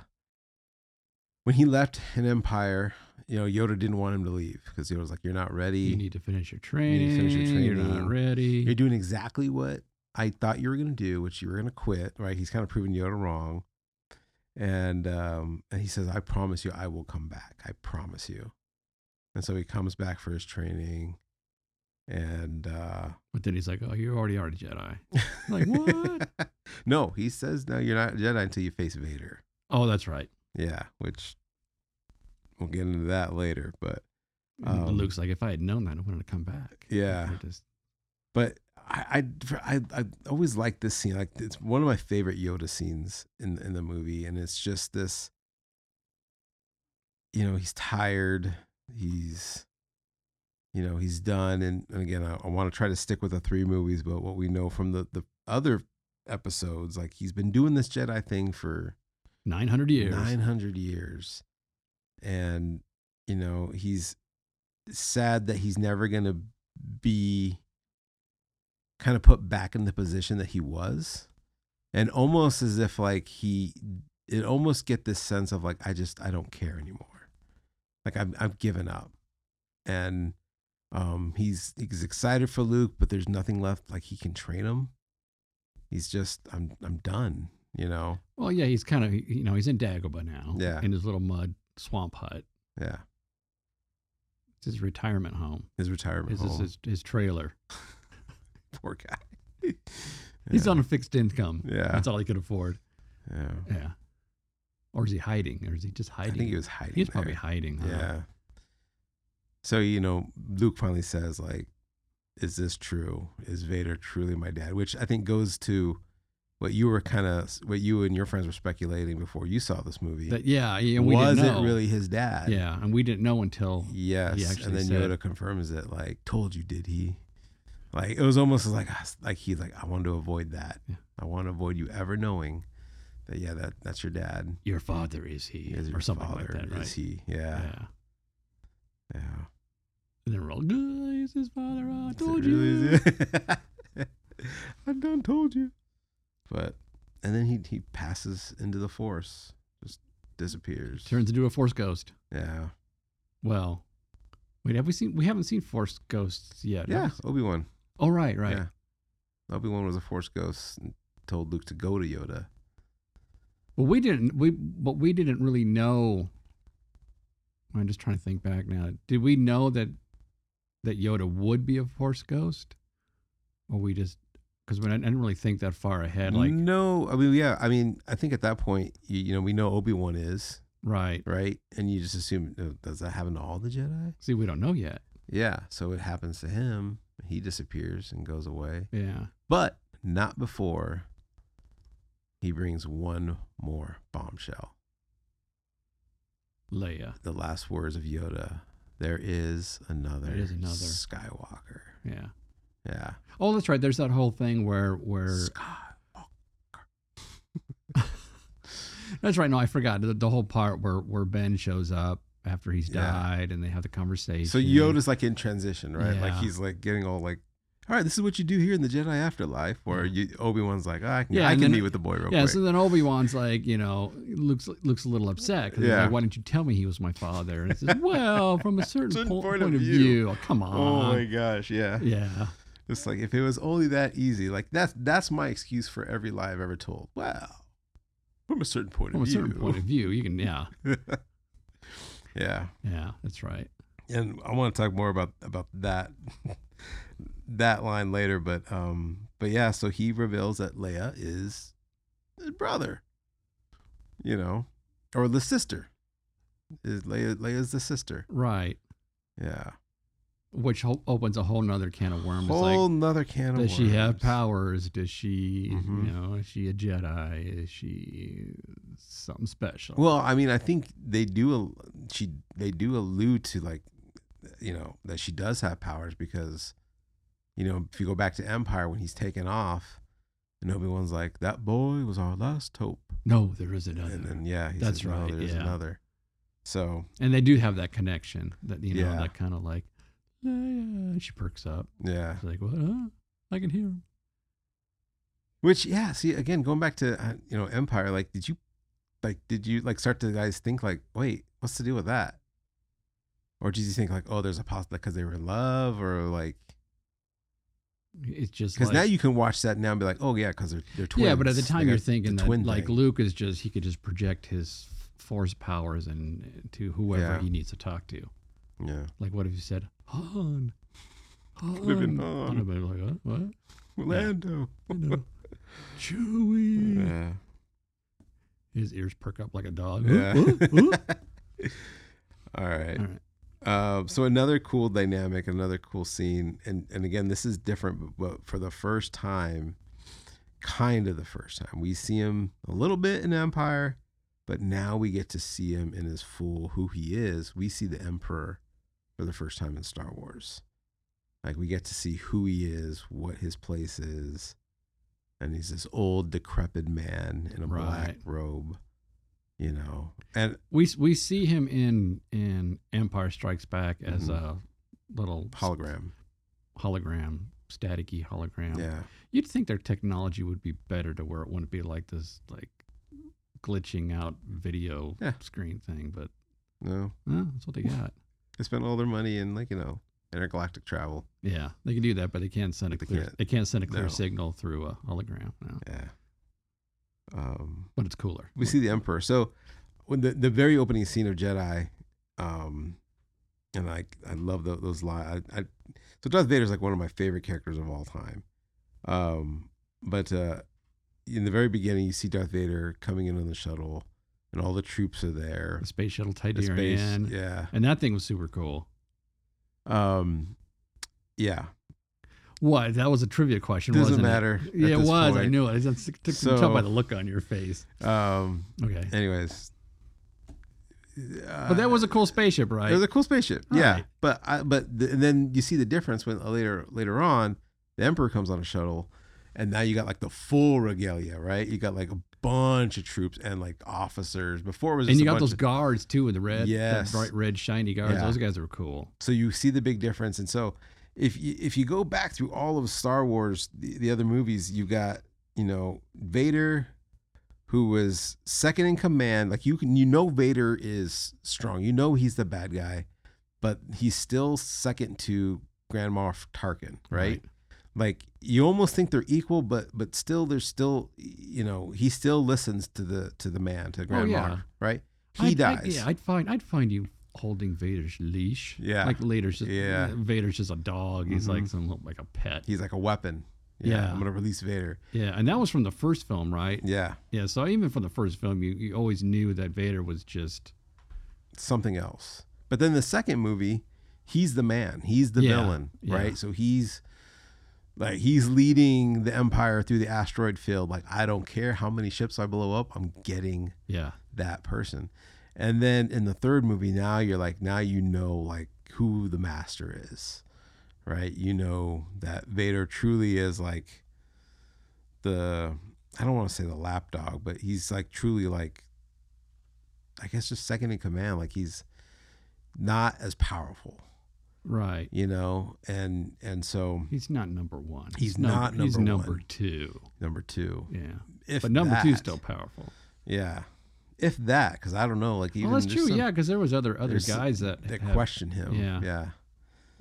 Speaker 1: when he left an Empire, you know Yoda didn't want him to leave because Yoda was like, "You're not ready.
Speaker 2: You need to finish your
Speaker 1: need
Speaker 2: training.
Speaker 1: to finish your
Speaker 2: You're
Speaker 1: training.
Speaker 2: not ready.
Speaker 1: You're doing exactly what I thought you were going to do, which you were going to quit, right? He's kind of proving Yoda wrong. And um, and he says, I promise you, I will come back. I promise you. And so he comes back for his training. And uh,
Speaker 2: But then he's like, "Oh, you already are a Jedi." Like, what?
Speaker 1: no, he says, no, you're not a Jedi until you face Vader.
Speaker 2: Oh, that's right.
Speaker 1: Yeah, which we'll get into that later. But
Speaker 2: And
Speaker 1: Um,
Speaker 2: Luke's like, "If I had known that, I wouldn't have come back."
Speaker 1: Yeah.
Speaker 2: I just-
Speaker 1: But I, I, I, I always like this scene. Like it's one of my favorite Yoda scenes in in the movie, and it's just this. You know, he's tired. He's, you know, he's done. And, and again, I, I want to try to stick with the three movies, but what we know from the the other episodes, like he's been doing this Jedi thing for
Speaker 2: 900 years.
Speaker 1: 900 years. And, you know, he's sad that he's never going to be kind of put back in the position that he was. And almost as if, like, he, it almost get this sense of, like, I just, I don't care anymore. Like, I'm, I've given up. And, um, he's he's excited for Luke, but there's nothing left. Like he can train him. He's just I'm I'm done. You know.
Speaker 2: Well, yeah, he's kind of, you know, he's in Dagobah now.
Speaker 1: Yeah.
Speaker 2: In his little mud swamp hut.
Speaker 1: Yeah.
Speaker 2: It's his retirement home.
Speaker 1: His retirement
Speaker 2: This is
Speaker 1: home.
Speaker 2: his, his trailer.
Speaker 1: Poor guy.
Speaker 2: He's
Speaker 1: Yeah.
Speaker 2: on a fixed income.
Speaker 1: Yeah.
Speaker 2: That's all he could afford.
Speaker 1: Yeah.
Speaker 2: Yeah. Or is he hiding? Or is he just
Speaker 1: I
Speaker 2: hiding?
Speaker 1: think he was hiding.
Speaker 2: He's
Speaker 1: there.
Speaker 2: probably hiding. huh?
Speaker 1: Yeah. So you know, Luke finally says, "Like, is this true? Is Vader truly my dad?" Which I think goes to what you were kind of, what you and your friends were speculating before you saw this movie.
Speaker 2: That, yeah. yeah and we
Speaker 1: was
Speaker 2: didn't
Speaker 1: it
Speaker 2: know.
Speaker 1: really his dad?
Speaker 2: Yeah. And we didn't know until. He
Speaker 1: Yes.
Speaker 2: actually
Speaker 1: And then
Speaker 2: said-
Speaker 1: Yoda confirms it. Like, told you, did he? Like, it was almost like, ah, like he's like, I want to avoid that.
Speaker 2: Yeah.
Speaker 1: I want to avoid you ever knowing that. Yeah, that that's your dad.
Speaker 2: Your father is he,
Speaker 1: Is your
Speaker 2: or something
Speaker 1: father,
Speaker 2: like that, right?
Speaker 1: Is he?
Speaker 2: yeah.
Speaker 1: Yeah. Yeah.
Speaker 2: And then we're all, "Ah, he's his father. ah, I
Speaker 1: Is it
Speaker 2: told you.
Speaker 1: really- is it- I done told you. But and then he he passes into the force, just disappears.
Speaker 2: Turns into a force ghost.
Speaker 1: yeah.
Speaker 2: Well, wait, have we seen? We haven't seen force ghosts yet. have
Speaker 1: Yeah.
Speaker 2: we?
Speaker 1: Obi Wan.
Speaker 2: Oh, right, right.
Speaker 1: Yeah. Obi Wan was a force ghost and told Luke to go to Yoda.
Speaker 2: Well, we didn't. We but we didn't really know. I'm just trying to think back now. Did we know that that Yoda would be a Force ghost, or we just because I didn't really think that far ahead?
Speaker 1: Mm.
Speaker 2: Like,
Speaker 1: no, I mean, yeah, I mean, I think at that point, you, you know, we know Obi Wan is
Speaker 2: right?
Speaker 1: right, and you just assume uh, does that happen to all the Jedi?
Speaker 2: See, we don't know yet.
Speaker 1: Yeah, so it happens to him. He disappears and goes away,
Speaker 2: Yeah.
Speaker 1: but not before he brings one more bombshell.
Speaker 2: Leia.
Speaker 1: The last words of Yoda: "There is another,
Speaker 2: There is another.
Speaker 1: Skywalker."
Speaker 2: Yeah.
Speaker 1: Yeah,
Speaker 2: Oh, that's right. There's that whole thing where where
Speaker 1: Skywalker.
Speaker 2: that's right. No, I forgot the, the whole part where where Ben shows up after he's
Speaker 1: Yeah.
Speaker 2: died and they have the conversation.
Speaker 1: So Yoda's like in transition, right? Like
Speaker 2: Yeah.
Speaker 1: he's like getting all like, all right, this is what you do here in the Jedi afterlife. Where you, Obi Wan's like, ah, I can,
Speaker 2: Yeah,
Speaker 1: I
Speaker 2: and
Speaker 1: can
Speaker 2: then-
Speaker 1: meet with the boy real
Speaker 2: Yeah,
Speaker 1: quick.
Speaker 2: so then Obi Wan's like, you know, looks looks a little upset because
Speaker 1: Yeah.
Speaker 2: like, why didn't you tell me he was my father? And it says, well, from a certain,
Speaker 1: Certain
Speaker 2: po-
Speaker 1: point
Speaker 2: point,
Speaker 1: of
Speaker 2: of
Speaker 1: view.
Speaker 2: view, oh, come
Speaker 1: oh
Speaker 2: on,
Speaker 1: my gosh, yeah.
Speaker 2: yeah,
Speaker 1: It's like if it was only that easy. Like that's that's my excuse for every lie I've ever told. Wow, from a certain point
Speaker 2: from a
Speaker 1: of
Speaker 2: certain
Speaker 1: view.
Speaker 2: point of view, you can, yeah,
Speaker 1: yeah,
Speaker 2: yeah, that's right.
Speaker 1: and I want to talk more about about that that line later, but um, but yeah. So he reveals that Leia is his brother, you know, or the sister. Is Leia Leia's the sister?
Speaker 2: Right,
Speaker 1: Yeah,
Speaker 2: which ho- opens a whole nother can of worms.
Speaker 1: whole
Speaker 2: like,
Speaker 1: nother can of
Speaker 2: does she have
Speaker 1: worms.
Speaker 2: powers? Does she,
Speaker 1: Mhm.
Speaker 2: you know, is she a Jedi? Is she something special?
Speaker 1: Well, I mean, I think they do. al- She they do allude to like, you know, that she does have powers because, you know, if you go back to Empire when he's taken off, and Obi Wan's like, "That boy was our last hope,"
Speaker 2: no, there is another,
Speaker 1: and
Speaker 2: and,
Speaker 1: then yeah, he
Speaker 2: Uh, That's
Speaker 1: says, "No,
Speaker 2: right,
Speaker 1: there's
Speaker 2: yeah.
Speaker 1: another. So
Speaker 2: they do have that connection that you know,
Speaker 1: Yeah.
Speaker 2: that kind of like, Leia, she perks up.
Speaker 1: yeah,
Speaker 2: It's like, what? Huh? I can hear him.
Speaker 1: which yeah, see again going back to uh, you know Empire, like did you, like did you like start to guys think like, wait, what's to do with that? Or did you think like, oh, there's a possibility because they were in love, or like
Speaker 2: It's just
Speaker 1: Because
Speaker 2: like,
Speaker 1: now you can watch that now and be like, oh yeah, because they're, they're twins.
Speaker 2: yeah, but at the time
Speaker 1: Like,
Speaker 2: you're
Speaker 1: the
Speaker 2: thinking that
Speaker 1: twin
Speaker 2: like
Speaker 1: thing.
Speaker 2: Luke is just he could just project his f- force powers and uh, to whoever
Speaker 1: Yeah.
Speaker 2: he needs to talk to.
Speaker 1: yeah,
Speaker 2: Like, what if you said Han? Han.
Speaker 1: Could've been Han.
Speaker 2: I'd have been like, what? What?
Speaker 1: Orlando.
Speaker 2: You know, Chewie.
Speaker 1: Yeah,
Speaker 2: His ears perk up like a dog. Ooh,
Speaker 1: yeah.
Speaker 2: ooh, ooh.
Speaker 1: All right.
Speaker 2: All right.
Speaker 1: Um, so another cool dynamic, another cool scene, and and again, this is different, but for the first time, kind of the first time, we see him a little bit in Empire, but now we get to see him in his full who he is. We see the Emperor for the first time in Star Wars. Like we get to see who he is, what his place is, and he's this old, decrepit man in a black
Speaker 2: Right.
Speaker 1: robe, you know, and
Speaker 2: We s- we see him in in Empire Strikes Back
Speaker 1: Mhm.
Speaker 2: as a little s-
Speaker 1: hologram.
Speaker 2: hologram, staticky hologram.
Speaker 1: Yeah,
Speaker 2: You'd think their technology would be better to where it wouldn't be like this like glitching out video
Speaker 1: Yeah.
Speaker 2: screen thing, but
Speaker 1: no.
Speaker 2: well, that's what they got.
Speaker 1: They spend all their money in like you know intergalactic travel.
Speaker 2: Yeah, they can do that, but they can't send a
Speaker 1: They
Speaker 2: clear
Speaker 1: can't.
Speaker 2: they can't send a clear
Speaker 1: No.
Speaker 2: signal through a hologram. No.
Speaker 1: Yeah. Um,
Speaker 2: But it's cooler.
Speaker 1: we see the Emperor. So when the the very opening scene of Jedi, um, and I I love tho- those lines. I, I, so Darth Vader is like one of my favorite characters of all time. Um, but uh, in the very beginning, you see Darth Vader coming in on the shuttle, and all the troops are there.
Speaker 2: The space shuttle
Speaker 1: The space,
Speaker 2: Tidarian.
Speaker 1: yeah,
Speaker 2: And that thing was super cool.
Speaker 1: um, yeah.
Speaker 2: What? That was a trivia question,
Speaker 1: Doesn't
Speaker 2: wasn't
Speaker 1: matter.
Speaker 2: it?
Speaker 1: at
Speaker 2: Yeah, it
Speaker 1: this
Speaker 2: was. I
Speaker 1: point.
Speaker 2: knew it. I just took, took
Speaker 1: So-
Speaker 2: tell by the look on your face.
Speaker 1: Um,
Speaker 2: Okay.
Speaker 1: anyways,
Speaker 2: But that was a cool spaceship, right?
Speaker 1: It was a cool spaceship. yeah,
Speaker 2: Alright.
Speaker 1: but I, but the, and then you see the difference when uh, later later on the emperor comes on a shuttle, and now you got like the full regalia, right? You got like a bunch of troops and like officers. Before it was just
Speaker 2: and you
Speaker 1: a
Speaker 2: got
Speaker 1: bunch
Speaker 2: those
Speaker 1: of-
Speaker 2: guards too with the red,
Speaker 1: Yes.
Speaker 2: that bright red shiny guards.
Speaker 1: Yeah.
Speaker 2: Those guys were cool.
Speaker 1: so you see the big difference, and so if you, if you go back through all of Star Wars, the, the other movies, you got you know Vader. Who was second in command? Like you can, you know, Vader is strong. You know he's the bad guy, but he's still second to Grand Moff Tarkin, right? like you almost think they're equal but but still there's still you know he still listens to the to the man to grandma
Speaker 2: Oh, yeah.
Speaker 1: right
Speaker 2: I'd-
Speaker 1: he
Speaker 2: I'd-
Speaker 1: dies
Speaker 2: yeah, I'd find I'd find you holding Vader's leash.
Speaker 1: Yeah.
Speaker 2: like Vader's just,
Speaker 1: Yeah.
Speaker 2: Vader's just a dog. He's like
Speaker 1: Mhm.
Speaker 2: some little- like a pet.
Speaker 1: he's like a weapon
Speaker 2: Yeah.
Speaker 1: i'm gonna release vader
Speaker 2: Yeah, and that was from the first film, right?
Speaker 1: yeah
Speaker 2: Yeah, so even from the first film, you, you always knew that Vader was just
Speaker 1: something else but then the second movie he's the man he's the
Speaker 2: Yeah,
Speaker 1: villain
Speaker 2: yeah.
Speaker 1: right so he's like he's leading the empire through the asteroid field like i don't care how many ships i blow up i'm getting
Speaker 2: yeah
Speaker 1: that person. And then in the third movie, now you're like, now you know like who the master is, right? You know that Vader truly is like the I don't want to say the lapdog, but he's like truly like I guess just second in command. Like he's not as powerful,
Speaker 2: right.
Speaker 1: you know, and and so
Speaker 2: He's not number one.
Speaker 1: He's
Speaker 2: number,
Speaker 1: not
Speaker 2: He's
Speaker 1: number
Speaker 2: number
Speaker 1: one.
Speaker 2: two.
Speaker 1: number two,
Speaker 2: Yeah,
Speaker 1: if
Speaker 2: but number two's
Speaker 1: that.
Speaker 2: still powerful.
Speaker 1: yeah, if that because I don't know, like even
Speaker 2: Oh, that's
Speaker 1: just
Speaker 2: true.
Speaker 1: some-
Speaker 2: yeah, because there was other other
Speaker 1: there's some-
Speaker 2: guys that
Speaker 1: that
Speaker 2: have-
Speaker 1: question him,
Speaker 2: yeah.
Speaker 1: yeah.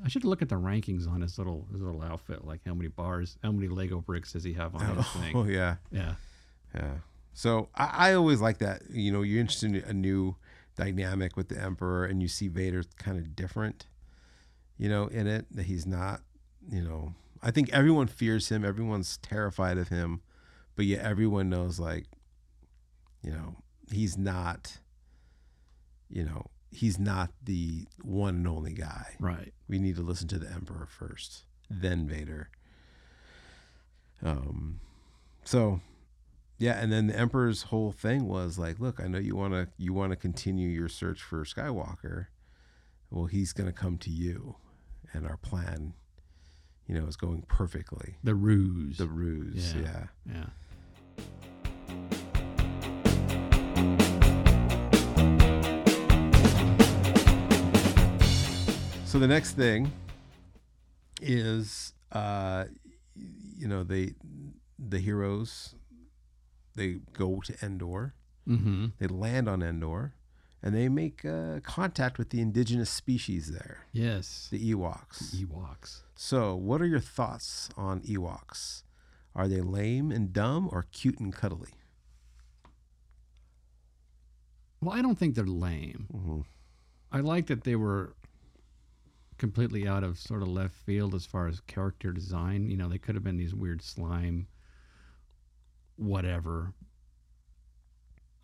Speaker 2: I should look at the rankings on his little his little outfit, like how many bars, how many Lego bricks does he have on his
Speaker 1: Oh
Speaker 2: thing?
Speaker 1: yeah,
Speaker 2: Yeah,
Speaker 1: yeah. So I, I always like that. You know, you're interested in a new dynamic with the Emperor, and you see Vader's kind of different. You know, in it that he's not. You know, I think everyone fears him. Everyone's terrified of him, but yet everyone knows, like, you know, he's not. You know, he's not the one and only guy
Speaker 2: right.
Speaker 1: we need to listen to the emperor first then vader um so yeah and then the emperor's whole thing was like look i know you want to you want to continue your search for skywalker well he's going to come to you and our plan you know is going perfectly
Speaker 2: The ruse.
Speaker 1: the ruse
Speaker 2: Yeah.
Speaker 1: yeah.
Speaker 2: yeah.
Speaker 1: So the next thing is, uh, you know, they the heroes they go to Endor,
Speaker 2: Mm-hmm.
Speaker 1: they land on Endor, and they make uh, contact with the indigenous species there,
Speaker 2: Yes.
Speaker 1: the Ewoks.
Speaker 2: Ewoks.
Speaker 1: So, what are your thoughts on Ewoks? Are they lame and dumb, or cute and cuddly?
Speaker 2: Well, I don't think they're lame.
Speaker 1: Mm-hmm.
Speaker 2: I like that they were completely out of sort of left field as far as character design. You know, they could have been these weird slime, whatever.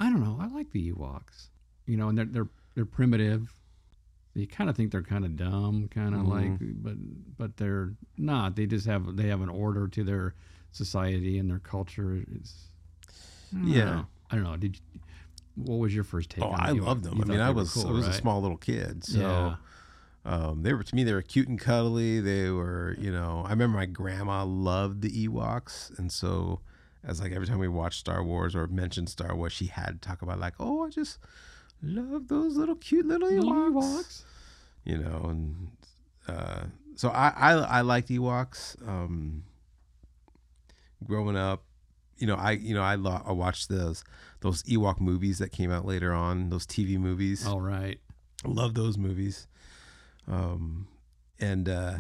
Speaker 2: I don't know. I like the Ewoks. You know, and they're they're they're primitive. You kind of think they're kind of dumb, kind
Speaker 1: Mm-hmm.
Speaker 2: of like, but but they're not. They just have they have an order to their society and their culture. It's, I don't
Speaker 1: Yeah.
Speaker 2: know. I don't know. Did you, what was your first take?
Speaker 1: Oh,
Speaker 2: on
Speaker 1: I
Speaker 2: the Ewoks?
Speaker 1: loved them.
Speaker 2: You
Speaker 1: I mean,
Speaker 2: thought
Speaker 1: I
Speaker 2: they were
Speaker 1: was
Speaker 2: cool,
Speaker 1: I was a
Speaker 2: right?
Speaker 1: small little kid, so.
Speaker 2: Yeah.
Speaker 1: Um, they were to me they were cute and cuddly. They were, you know, I remember my grandma loved the Ewoks, and so as like every time we watched Star Wars or mentioned Star Wars, she had to talk about like, oh, I just love those little cute little Ewoks, you know, and uh, so I, I I liked Ewoks. Um, growing up, you know, I you know I, lo- I watched those those Ewok movies that came out later on, those TV movies.
Speaker 2: All right.
Speaker 1: Love those movies. Um, and uh,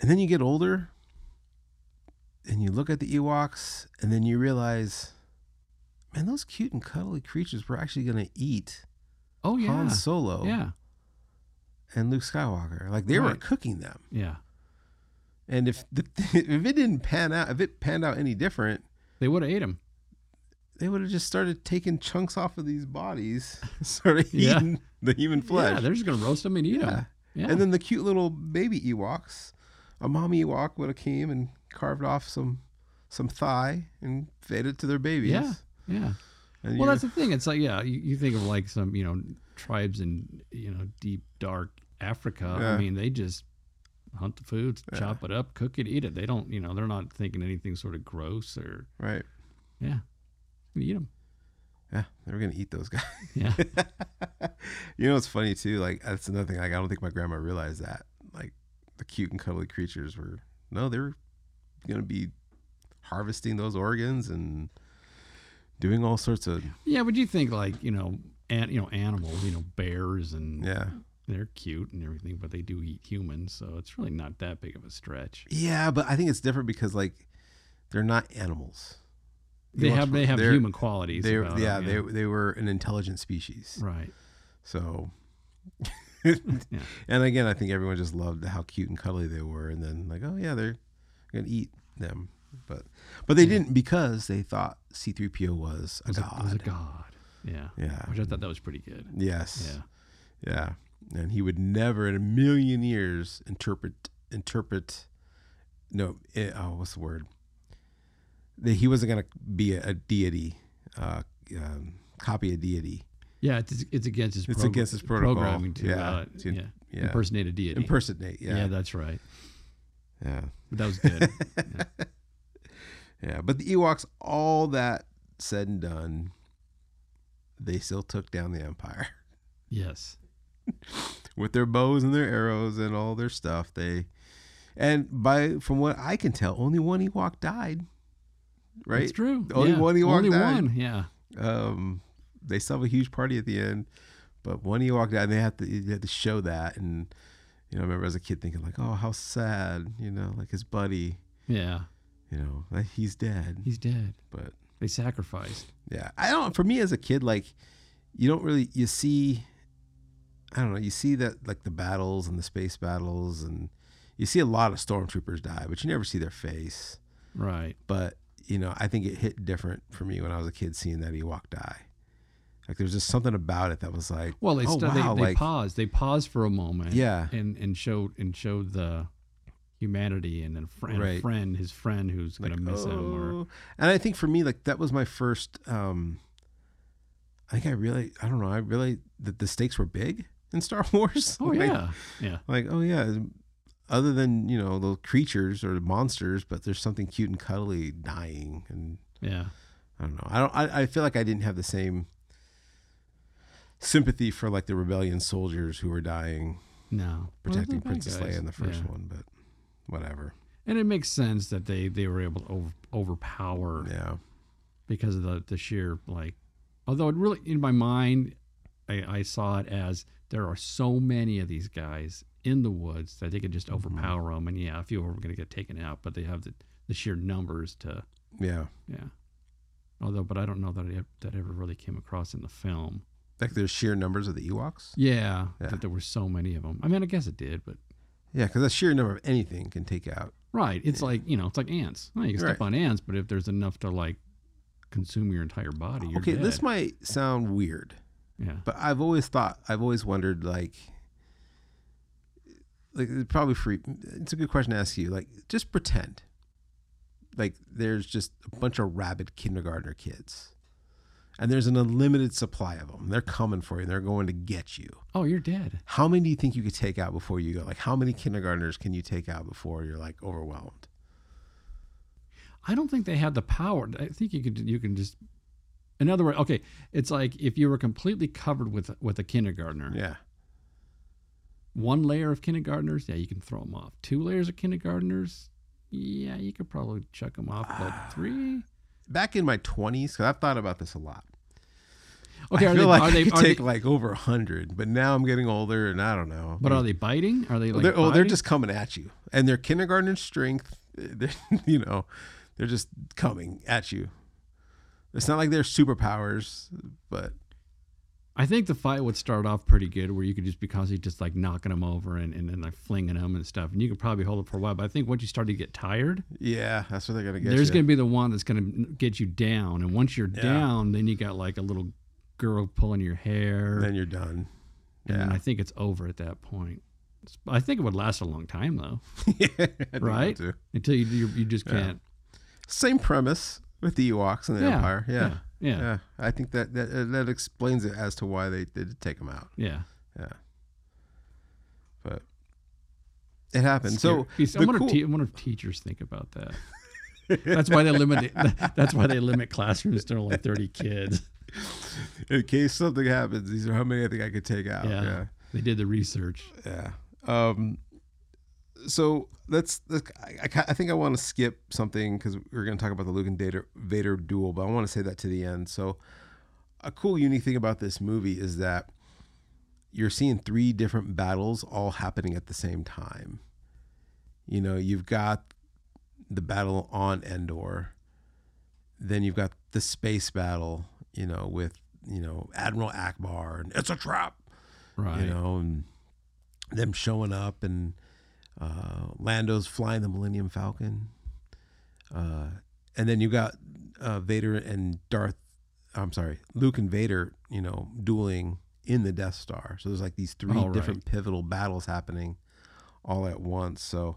Speaker 1: and then you get older, and you look at the Ewoks, and then you realize, man, those cute and cuddly creatures were actually going to eat
Speaker 2: Oh yeah.
Speaker 1: Han Solo
Speaker 2: Yeah.
Speaker 1: and Luke Skywalker. Like they were
Speaker 2: Right.
Speaker 1: cooking them.
Speaker 2: Yeah.
Speaker 1: And if the, if it didn't pan out, if it panned out any different,
Speaker 2: They would have ate him.
Speaker 1: they would have just started taking chunks off of these bodies, sort of
Speaker 2: Yeah.
Speaker 1: eating the human
Speaker 2: Yeah,
Speaker 1: flesh.
Speaker 2: they're just going to roast him and eat him. Yeah.
Speaker 1: And then the cute little baby Ewoks, a mommy Ewok would have came and carved off some some thigh and fed it to their babies.
Speaker 2: Yeah. yeah.
Speaker 1: And you-
Speaker 2: Well, that's the thing. It's like, yeah, you, you think of like some, you know, tribes in, you know, deep, dark Africa. I
Speaker 1: Yeah.
Speaker 2: mean, they just hunt the food, chop it up, cook it, eat it. They don't, you know, they're not thinking anything sort of gross or,
Speaker 1: right.
Speaker 2: yeah, You eat them.
Speaker 1: Yeah, they were gonna eat those guys.
Speaker 2: Yeah.
Speaker 1: you know what's funny too? Like that's another thing. Like I don't think my grandma realized that. Like the cute and cuddly creatures were no, they were gonna be harvesting those organs and doing all sorts of
Speaker 2: yeah. But you think like, you know, and, you know, animals, you know, bears and
Speaker 1: yeah.
Speaker 2: they're cute and everything, but they do eat humans. So it's really not that big of a stretch.
Speaker 1: Yeah, but I think it's different because like they're not animals.
Speaker 2: They
Speaker 1: Ewoks
Speaker 2: have,
Speaker 1: were-
Speaker 2: they have
Speaker 1: they're-
Speaker 2: human qualities.
Speaker 1: They
Speaker 2: about 'em,
Speaker 1: yeah, they they were an intelligent species.
Speaker 2: right.
Speaker 1: So and again, I think everyone just loved how cute and cuddly they were and then like, oh yeah, they're gonna eat them. But but they didn't because they thought C three PO was a
Speaker 2: Was
Speaker 1: god.
Speaker 2: A, was a god. Yeah.
Speaker 1: Yeah.
Speaker 2: Which I thought that was pretty good.
Speaker 1: Yes.
Speaker 2: Yeah.
Speaker 1: Yeah. And he would never in a million years interpret interpret no eh, oh what's the word that he wasn't gonna be a, a deity uh, um, copy a deity
Speaker 2: Yeah, it's, it's against his
Speaker 1: It's
Speaker 2: prog-
Speaker 1: against his protocol.
Speaker 2: programming to,
Speaker 1: Yeah,
Speaker 2: uh,
Speaker 1: to-
Speaker 2: yeah,
Speaker 1: yeah.
Speaker 2: impersonate a deity.
Speaker 1: impersonate
Speaker 2: yeah.
Speaker 1: yeah
Speaker 2: that's right.
Speaker 1: yeah
Speaker 2: But that was good.
Speaker 1: yeah but the Ewoks all that said and done they still took down the Empire
Speaker 2: yes.
Speaker 1: with their bows and their arrows and all their stuff they and by from what I can tell only one Ewok died right
Speaker 2: It's true.
Speaker 1: The only
Speaker 2: yeah.
Speaker 1: one he walked
Speaker 2: Only
Speaker 1: out.
Speaker 2: one. Yeah.
Speaker 1: um, they still have a huge party at the end, but one Ewok died, and they had to they had to show that. And you know, I remember as a kid thinking like, oh, how sad, you know, like his buddy,
Speaker 2: Yeah.
Speaker 1: you know, like he's dead.
Speaker 2: He's dead.
Speaker 1: But
Speaker 2: They sacrificed.
Speaker 1: yeah, I don't. For me as a kid, like you don't really you see, I don't know, you see that like the battles and the space battles, and you see a lot of stormtroopers die, but you never see their face.
Speaker 2: Right.
Speaker 1: but you know, I think it hit different for me when I was a kid seeing that Ewok die. Like there's just something about it that was like,
Speaker 2: Well, they
Speaker 1: oh,
Speaker 2: stu-
Speaker 1: wow,
Speaker 2: they, they
Speaker 1: like
Speaker 2: paused. They paused for a moment.
Speaker 1: yeah,
Speaker 2: And and showed and showed the humanity and then fr- and a
Speaker 1: Right.
Speaker 2: friend, his friend who's
Speaker 1: like
Speaker 2: gonna miss him or
Speaker 1: oh. and I think for me, like that was my first. um I think I really, I don't know, I really that the stakes were big in Star Wars.
Speaker 2: oh
Speaker 1: like,
Speaker 2: yeah yeah
Speaker 1: like oh yeah. Other than you know those creatures or monsters, but there's something cute and cuddly dying and
Speaker 2: yeah
Speaker 1: I don't know. I don't. I, I feel like I didn't have the same sympathy for like the rebellion soldiers who were dying
Speaker 2: no Well, they're
Speaker 1: protecting
Speaker 2: bad
Speaker 1: Princess
Speaker 2: guys.
Speaker 1: Leia in the first
Speaker 2: Yeah.
Speaker 1: one, but whatever.
Speaker 2: And it makes sense that they they were able to over, overpower
Speaker 1: Yeah,
Speaker 2: because of the the sheer like. Although it really in my mind, I, I saw it as there are so many of these guys in the woods that they could just overpower them, and yeah, a few of them are going to get taken out, but they have the, the sheer numbers to
Speaker 1: yeah.
Speaker 2: yeah. Although, but I don't know that it, that ever really came across in the film.
Speaker 1: Like there's sheer numbers of the Ewoks.
Speaker 2: Yeah,
Speaker 1: Yeah.
Speaker 2: that there were so many of them. I mean, I guess it did, but
Speaker 1: Yeah, because the sheer number of anything can take out.
Speaker 2: right, it's like you know, it's like ants. Well, you can step
Speaker 1: Right.
Speaker 2: on ants, but if there's enough to like consume your entire body, you're
Speaker 1: okay,
Speaker 2: dead.
Speaker 1: this might sound weird,
Speaker 2: Yeah.
Speaker 1: but I've always thought, I've always wondered, like, like it's probably free. It's a good question to ask you. Like, just pretend, like there's just a bunch of rabid kindergartner kids, and there's an unlimited supply of them. They're coming for you. They're going to get you.
Speaker 2: Oh, you're dead.
Speaker 1: How many do you think you could take out before you go? Like, how many kindergartners can you take out before you're like overwhelmed?
Speaker 2: I don't think they had the power. I think you could you can just in other words, okay, it's like if you were completely covered with with a kindergartner,
Speaker 1: Yeah,
Speaker 2: one layer of kindergartners, yeah, you can throw them off. Two layers of kindergartners, yeah, you could probably chuck them off.
Speaker 1: Ah.
Speaker 2: But three,
Speaker 1: back in my twenties, because I've thought about this a lot.
Speaker 2: okay,
Speaker 1: I
Speaker 2: are
Speaker 1: feel
Speaker 2: they,
Speaker 1: like
Speaker 2: are
Speaker 1: I
Speaker 2: they,
Speaker 1: could
Speaker 2: are
Speaker 1: take
Speaker 2: they
Speaker 1: like over a hundred, but now I'm getting older, and I don't know.
Speaker 2: but are they biting? Are they like?
Speaker 1: they're, oh, they're
Speaker 2: biting?
Speaker 1: just coming at you, and their kindergarten strength, they're, you know, they're just coming at you. It's not like they're superpowers, but
Speaker 2: I think the fight would start off pretty good, where you could just be constantly just like knocking them over and, and then like flinging them and stuff, and you could probably hold it for a while. But I think once you start to get tired,
Speaker 1: Yeah, that's what they're gonna get.
Speaker 2: there's
Speaker 1: you.
Speaker 2: going to be the one that's going to get you down, and once you're
Speaker 1: Yeah.
Speaker 2: down, then you got like a little girl pulling your hair,
Speaker 1: then you're done.
Speaker 2: and then
Speaker 1: yeah.
Speaker 2: I think it's over at that point. It's- I think it would last a long time though,
Speaker 1: Yeah, I think so
Speaker 2: Right?
Speaker 1: too.
Speaker 2: until you you, you just
Speaker 1: Yeah.
Speaker 2: can't.
Speaker 1: Same premise with the Ewoks and the
Speaker 2: Yeah,
Speaker 1: Empire. Yeah.
Speaker 2: yeah,
Speaker 1: Yeah.
Speaker 2: yeah,
Speaker 1: I think that that, uh, that explains it as to why they, they did take them out.
Speaker 2: yeah.
Speaker 1: Yeah. But it happened. So
Speaker 2: Scary. I
Speaker 1: the
Speaker 2: wonder, if
Speaker 1: cool-
Speaker 2: te- I wonder if teachers think about that. That's why they limit. That's why they limit classrooms to only thirty kids.
Speaker 1: in case something happens, these are how many I think I could take out.
Speaker 2: Yeah.
Speaker 1: yeah.
Speaker 2: They did the research.
Speaker 1: Yeah. Um, so let's. let's I, I, ca- I think I want to skip something because we're going to talk about the Luke and Vader, Vader duel, but I want to say that to the end. So, a cool, unique thing about this movie is that you're seeing three different battles all happening at the same time. You know, you've got the battle on Endor, then you've got the space battle. You know, with you know Admiral Akbar, and it's a trap
Speaker 2: Right.
Speaker 1: you know, and them showing up and uh, Lando's flying the Millennium Falcon. Uh, and then you got uh, Vader and Darth, I'm sorry, Luke and Vader, you know, dueling in the Death Star. So there's like these three
Speaker 2: All Oh, right.
Speaker 1: different pivotal battles happening all at once. So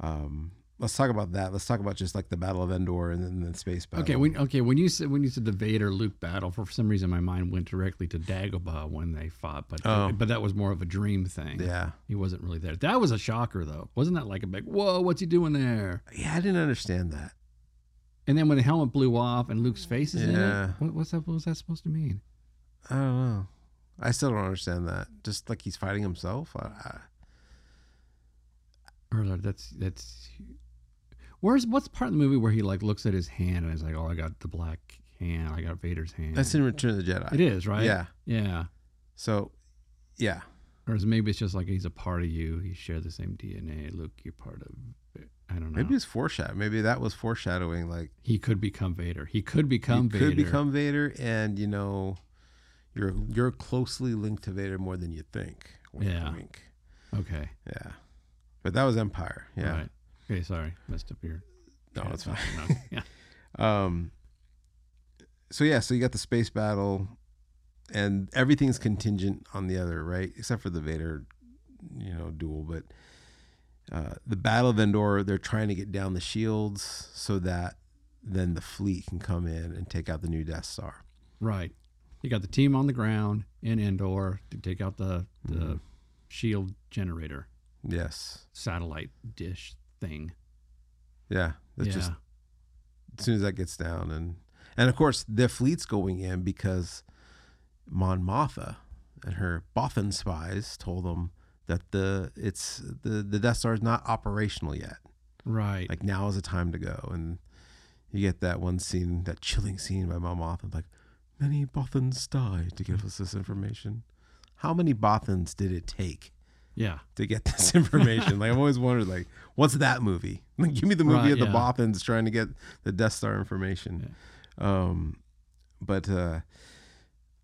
Speaker 1: um, let's talk about that. Let's talk about just like the Battle of Endor and then the space battle.
Speaker 2: Okay, when okay, when you said when you said the Vader Luke battle, for some reason my mind went directly to Dagobah when they fought, but
Speaker 1: Oh.
Speaker 2: but that was more of a dream thing.
Speaker 1: yeah.
Speaker 2: He wasn't really there. That was a shocker though. Wasn't that like a big whoa, what's he doing there?
Speaker 1: Yeah, I didn't understand that.
Speaker 2: And then when the helmet blew off and Luke's face is in it,
Speaker 1: Yeah.
Speaker 2: what, what's that what was that supposed to mean?
Speaker 1: I don't know. I still don't understand that. Just like he's fighting himself. I, I,
Speaker 2: Or like, that's that's where's what's the part of the movie where he like looks at his hand and is like, Oh, I got the black hand, I got Vader's hand.
Speaker 1: that's in Return of the Jedi.
Speaker 2: it is, right?
Speaker 1: Yeah.
Speaker 2: Yeah.
Speaker 1: So, yeah,
Speaker 2: Or is maybe it's just like he's a part of you. You share the same DNA. Luke, you're part of. I don't know.
Speaker 1: maybe it's foreshadow. Maybe that was foreshadowing. Like
Speaker 2: he could become Vader. He could become
Speaker 1: you
Speaker 2: Vader.
Speaker 1: could become Vader, and you know, you're you're closely linked to Vader more than you think. Wink,
Speaker 2: Yeah.
Speaker 1: wink.
Speaker 2: Okay.
Speaker 1: Yeah. But that was Empire. Yeah.
Speaker 2: Right. Okay. Sorry, messed up here.
Speaker 1: No, it's fine.
Speaker 2: yeah.
Speaker 1: Um. So yeah, so you got the space battle, and everything's contingent on the other, right? Except for the Vader, you know, duel. But uh, the Battle of Endor, they're trying to get down the shields so that then the fleet can come in and take out the new Death Star.
Speaker 2: Right. You got the team on the ground in Endor to take out the the
Speaker 1: Mhm.
Speaker 2: shield generator
Speaker 1: Yes.
Speaker 2: satellite dish thing.
Speaker 1: Yeah. That's
Speaker 2: yeah.
Speaker 1: just as soon as that gets down, and and of course the fleet's going in because Mon Mothma and her boffin spies told them that the it's the the Death Star is not operational yet.
Speaker 2: right.
Speaker 1: Like now is the time to go, and you get that one scene, that chilling scene by Mon Mothma, like many boffins died to give us this information. How many boffins did it take?
Speaker 2: yeah.
Speaker 1: To get this information, like I've always wondered, like what's that movie? Like, give me the movie
Speaker 2: Right,
Speaker 1: of the
Speaker 2: yeah.
Speaker 1: boffins trying to get the Death Star information. Um, but uh,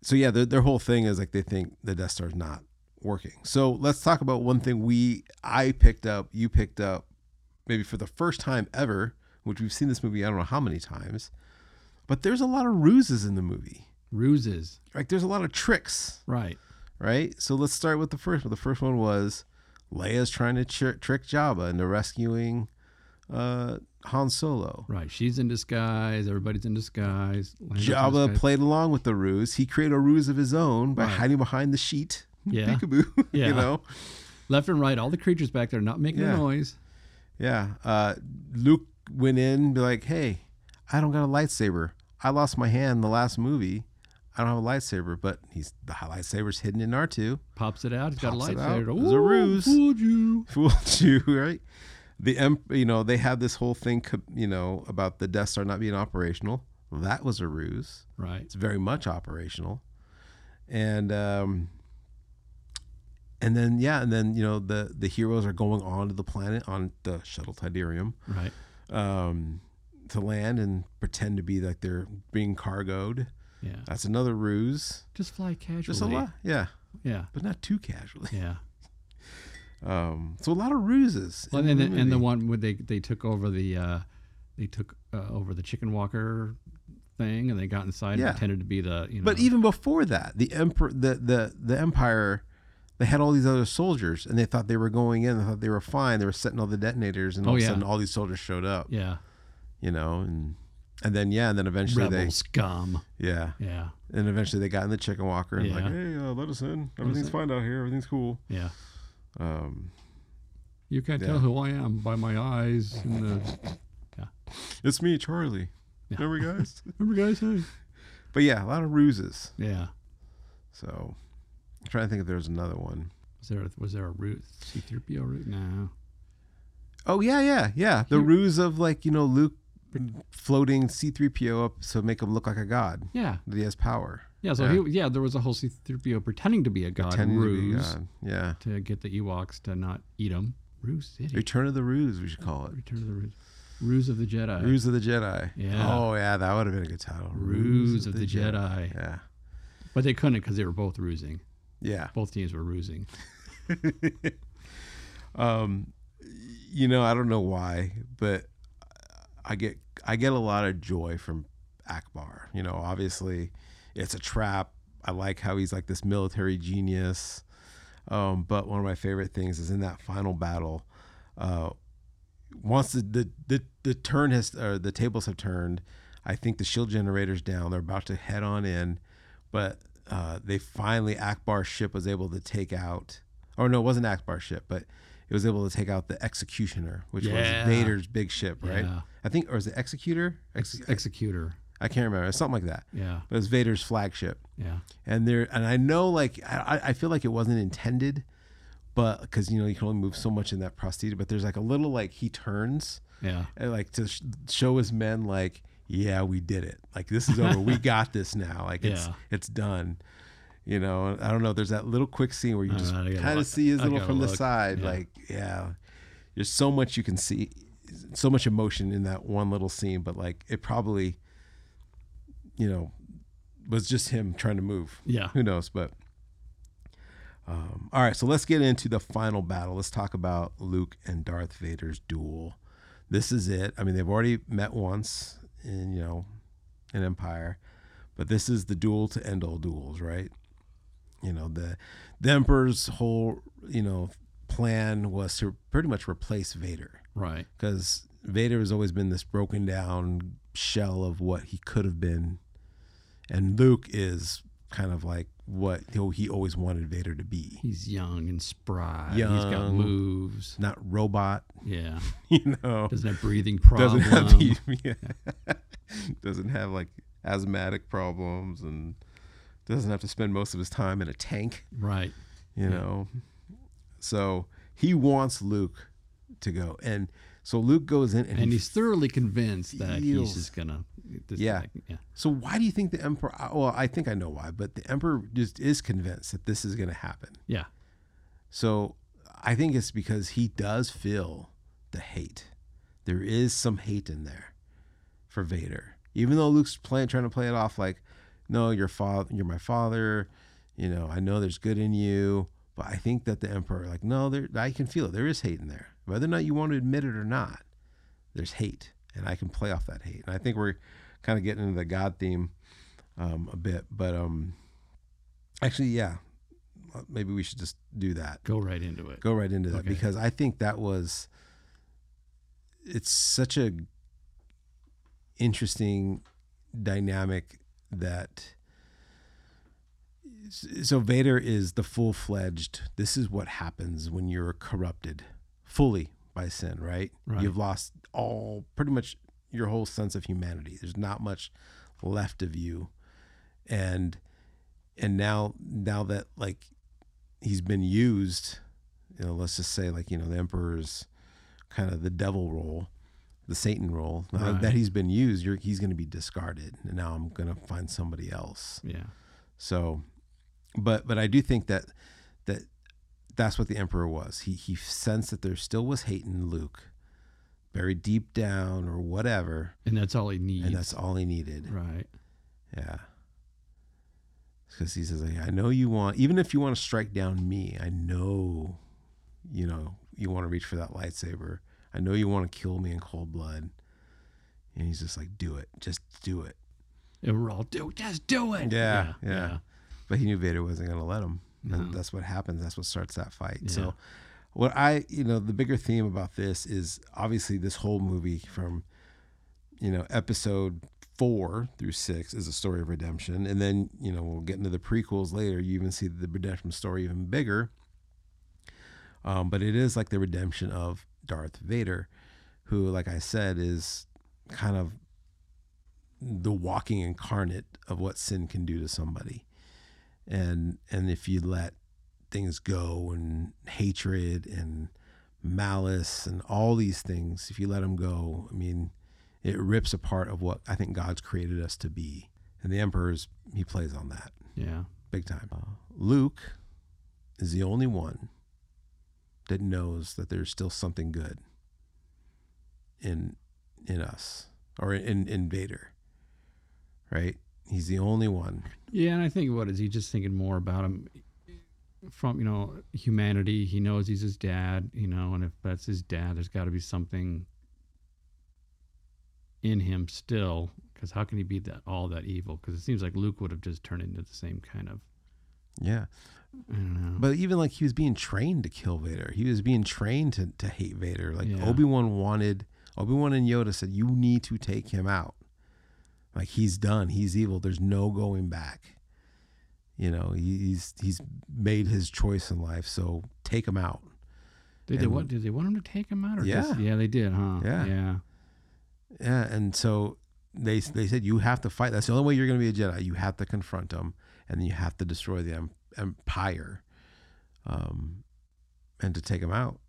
Speaker 1: so yeah, their, their whole thing is like they think the Death Star's not working. So let's talk about one thing we I picked up, you picked up, maybe for the first time ever, which we've seen this movie I don't know how many times, but there's a lot of ruses in the movie.
Speaker 2: Ruses.
Speaker 1: Like there's a lot of tricks,
Speaker 2: Right.
Speaker 1: right? So let's start with the first one. The first one was Leia's trying to tr- trick Jabba into rescuing uh, Han Solo.
Speaker 2: Right. She's in disguise. Everybody's in disguise. Lando's in
Speaker 1: Jabba
Speaker 2: disguise.
Speaker 1: played along with the ruse. He created a ruse of his own by
Speaker 2: Right.
Speaker 1: hiding behind the sheet.
Speaker 2: Yeah.
Speaker 1: Peekaboo.
Speaker 2: Yeah.
Speaker 1: you know?
Speaker 2: Left and right, all the creatures back there not making
Speaker 1: Yeah.
Speaker 2: a noise.
Speaker 1: Yeah. Uh, Luke went in, be like, hey, I don't got a lightsaber. I lost my hand in the last movie. I don't have a lightsaber, but he's the lightsaber's hidden in R2.
Speaker 2: Pops it out. He's got a
Speaker 1: Pops it out.
Speaker 2: lightsaber.
Speaker 1: It was a
Speaker 2: Ooh,
Speaker 1: ruse.
Speaker 2: fooled you.
Speaker 1: fooled you, right? The em- you know, they had this whole thing, co- you know, about the Death Star not being operational. That was a ruse.
Speaker 2: Right.
Speaker 1: It's very much operational, and um, and then yeah, and then you know the the heroes are going on to the planet on the shuttle Tiderium
Speaker 2: Right.
Speaker 1: um, to land and pretend to be like they're being cargoed.
Speaker 2: Yeah.
Speaker 1: That's another ruse.
Speaker 2: Just fly casually.
Speaker 1: Just a lot, yeah,
Speaker 2: Yeah.
Speaker 1: but not too casually.
Speaker 2: Yeah.
Speaker 1: Um, so a lot of ruses. in
Speaker 2: Well, and,
Speaker 1: the
Speaker 2: the, and
Speaker 1: movie.
Speaker 2: the one where they, they took over the uh, they took uh, over the chicken walker thing and they got inside
Speaker 1: Yeah.
Speaker 2: and pretended to be the you know
Speaker 1: But even before that, the emperor, the the the empire, they had all these other soldiers, and they thought they were going in. They thought they were fine. They were setting all the detonators, and all
Speaker 2: Oh,
Speaker 1: of a
Speaker 2: yeah.
Speaker 1: sudden, all these soldiers showed up.
Speaker 2: yeah
Speaker 1: You know, and and then yeah, and then eventually
Speaker 2: rebel scum
Speaker 1: they yeah,
Speaker 2: yeah
Speaker 1: and eventually they got in the chicken walker and like,
Speaker 2: Yeah.
Speaker 1: hey, uh, let us in. Everything's
Speaker 2: in.
Speaker 1: fine out here. Everything's cool.
Speaker 2: yeah
Speaker 1: Um,
Speaker 2: you can't
Speaker 1: Yeah.
Speaker 2: tell who I am by my eyes and the
Speaker 1: it's me, Charlie.
Speaker 2: Yeah.
Speaker 1: Remember, guys?
Speaker 2: remember guys hey?
Speaker 1: but yeah, a lot of ruses.
Speaker 2: yeah
Speaker 1: So I'm trying to think if there's another one.
Speaker 2: was there was there a root C-3PO root no
Speaker 1: Oh yeah, yeah, yeah. The
Speaker 2: Here-
Speaker 1: ruse of like you know Luke floating C-3PO up so make him look like a god
Speaker 2: yeah
Speaker 1: that he has power.
Speaker 2: yeah so
Speaker 1: Yeah.
Speaker 2: He, yeah there was a whole C-3PO pretending to be a god
Speaker 1: Pretending to be
Speaker 2: ruse
Speaker 1: god. Yeah.
Speaker 2: to get the Ewoks to not eat him ruse city
Speaker 1: Return of the Ruse, we should call it.
Speaker 2: Return of the Ruse. Ruse of the Jedi.
Speaker 1: Ruse of the Jedi.
Speaker 2: Yeah.
Speaker 1: Oh yeah, that would have been a good title.
Speaker 2: Ruse of the Jedi.
Speaker 1: Yeah.
Speaker 2: But they couldn't because they were both rusing.
Speaker 1: Yeah.
Speaker 2: Both teams were rusing.
Speaker 1: Um, you know, I don't know why, but I get I get a lot of joy from Akbar. You know, obviously, it's a trap. I like how he's like this military genius. Um, but one of my favorite things is in that final battle. Uh, once the the, the the turn has or the tables have turned, I think the shield generator's down. They're about to head on in, but uh, they finally Akbar's ship was able to take out. Or no, it wasn't Akbar's ship, but it was able to take out the Executioner, which
Speaker 2: Yeah.
Speaker 1: was Vader's big ship, right?
Speaker 2: Yeah.
Speaker 1: I think, or is it Executor? Ex-
Speaker 2: Executor.
Speaker 1: I can't remember. It's something like that.
Speaker 2: Yeah.
Speaker 1: But it was Vader's flagship,
Speaker 2: Yeah.
Speaker 1: and there, and I know, like, I, I- I feel like it wasn't intended, but because you know you can only move so much in that prosthetic. But there's like a little like he turns,
Speaker 2: Yeah.
Speaker 1: and like to sh- show his men, like, yeah, we did it. Like this is over. we got this now. Like it's
Speaker 2: Yeah.
Speaker 1: it's done. You know, I don't know. There's that little quick scene where you
Speaker 2: Uh, I
Speaker 1: just
Speaker 2: gotta
Speaker 1: kind
Speaker 2: look.
Speaker 1: of see his
Speaker 2: I
Speaker 1: little
Speaker 2: gotta
Speaker 1: from the
Speaker 2: look.
Speaker 1: side.
Speaker 2: Yeah.
Speaker 1: Like, yeah, there's so much you can see, so much emotion in that one little scene. But like, it probably, you know, was just him trying to move.
Speaker 2: Yeah.
Speaker 1: Who knows? But um, all right, so let's get into the final battle. Let's talk about Luke and Darth Vader's duel. This is it. I mean, they've already met once in you know, in Empire, but this is the duel to end all duels, right? You know, the the Emperor's whole you know plan was to pretty much replace Vader
Speaker 2: Right.
Speaker 1: because Vader has always been this broken down shell of what he could have been, and Luke is kind of like what he- he always wanted Vader to be.
Speaker 2: He's young and spry. He's got
Speaker 1: Young.
Speaker 2: moves.
Speaker 1: Not robot,
Speaker 2: Yeah.
Speaker 1: you know.
Speaker 2: Doesn't have breathing problem.
Speaker 1: Doesn't have the, yeah. doesn't have like asthmatic problems and doesn't have to spend most of his time in a tank,
Speaker 2: right.
Speaker 1: you know. So he wants Luke to go, and so Luke goes in and,
Speaker 2: And
Speaker 1: he
Speaker 2: he's thoroughly convinced that
Speaker 1: Feels-
Speaker 2: he's just gonna. this-
Speaker 1: Yeah.
Speaker 2: like, yeah.
Speaker 1: So why do you think the emperor? I- Well, I think I know why, but the emperor just is convinced that this is going to happen.
Speaker 2: Yeah.
Speaker 1: So I think it's because he does feel the hate. There is some hate in there for Vader, even though Luke's playing trying to play it off like, "No, your father, you're my father. You know, I know there's good in you." But I think that the emperor, like, no, there, I can feel it. There is hate in there, whether or not you want to admit it or not. There's hate, and I can play off that hate. And I think we're kind of getting into the God theme um, a bit, but um, actually, yeah, maybe we should just do that
Speaker 2: Go right into it.
Speaker 1: go right into that
Speaker 2: Okay.
Speaker 1: because I think that was it's such a interesting dynamic that so Vader is the full-fledged this is what happens when you're corrupted fully by sin, right?
Speaker 2: Right.
Speaker 1: You've lost all pretty much your whole sense of humanity. There's not much left of you. And and now now that like he's been used you know, let's just say like, you know, the emperor's kind of the devil role, the Satan role Now
Speaker 2: Right.
Speaker 1: that he's been used, you're, he's going to be discarded. And now I'm going to find somebody else.
Speaker 2: Yeah.
Speaker 1: So, but, but I do think that, that that's what the emperor was. He, he sensed that there still was hate in Luke buried deep down or whatever.
Speaker 2: And that's all he needs.
Speaker 1: And that's all he needed.
Speaker 2: right.
Speaker 1: Yeah. because he says, like, "I know you want, even if you want to strike down me, I know, you know, you want to reach for that lightsaber. I know you want to kill me in cold blood." And he's just like, "Do it, just do it."
Speaker 2: And we're all, do just do it.
Speaker 1: Yeah, yeah. But he knew Vader wasn't going to let him.
Speaker 2: No.
Speaker 1: And that's what happens. That's what starts that fight.
Speaker 2: Yeah.
Speaker 1: So, what I, you know, the bigger theme about this is obviously this whole movie from, you know, episode four through six is a story of redemption. And then, you know, we'll get into the prequels later. You even see the redemption story even bigger. Um, but it is like the redemption of Darth Vader, who, like I said, is kind of the walking incarnate of what sin can do to somebody and and if you let things go and hatred and malice and all these things if you let them go i mean it rips apart of what i think god's created us to be and the emperor's he plays on that
Speaker 2: Yeah.
Speaker 1: big time Uh, luke is the only one that knows that there's still something good in in us or in in vader right he's the only one
Speaker 2: Yeah, and I think what is he just thinking more about him from you know humanity. He knows he's his dad, you know, and if that's his dad, there's got to be something in him still. Because how can he be that all that evil? Because it seems like Luke would have just turned into the same kind of
Speaker 1: yeah
Speaker 2: I don't know.
Speaker 1: But even like he was being trained to kill Vader. He was being trained to, to hate Vader. Like
Speaker 2: Yeah.
Speaker 1: Obi Wan wanted Obi Wan and Yoda said, You need to take him out. Like he's done. He's evil. There's no going back. You know, he- he's he's made his choice in life, so take him out.
Speaker 2: Did they
Speaker 1: and-
Speaker 2: want? Did they want him to take him out? Or
Speaker 1: Yeah.
Speaker 2: Just, yeah, they did, huh?
Speaker 1: Yeah.
Speaker 2: Yeah.
Speaker 1: Yeah, and so they they said you have to fight. That's the only way you're going to be a Jedi. You have to confront them, and you have to destroy the em- empire, um, and to take them out.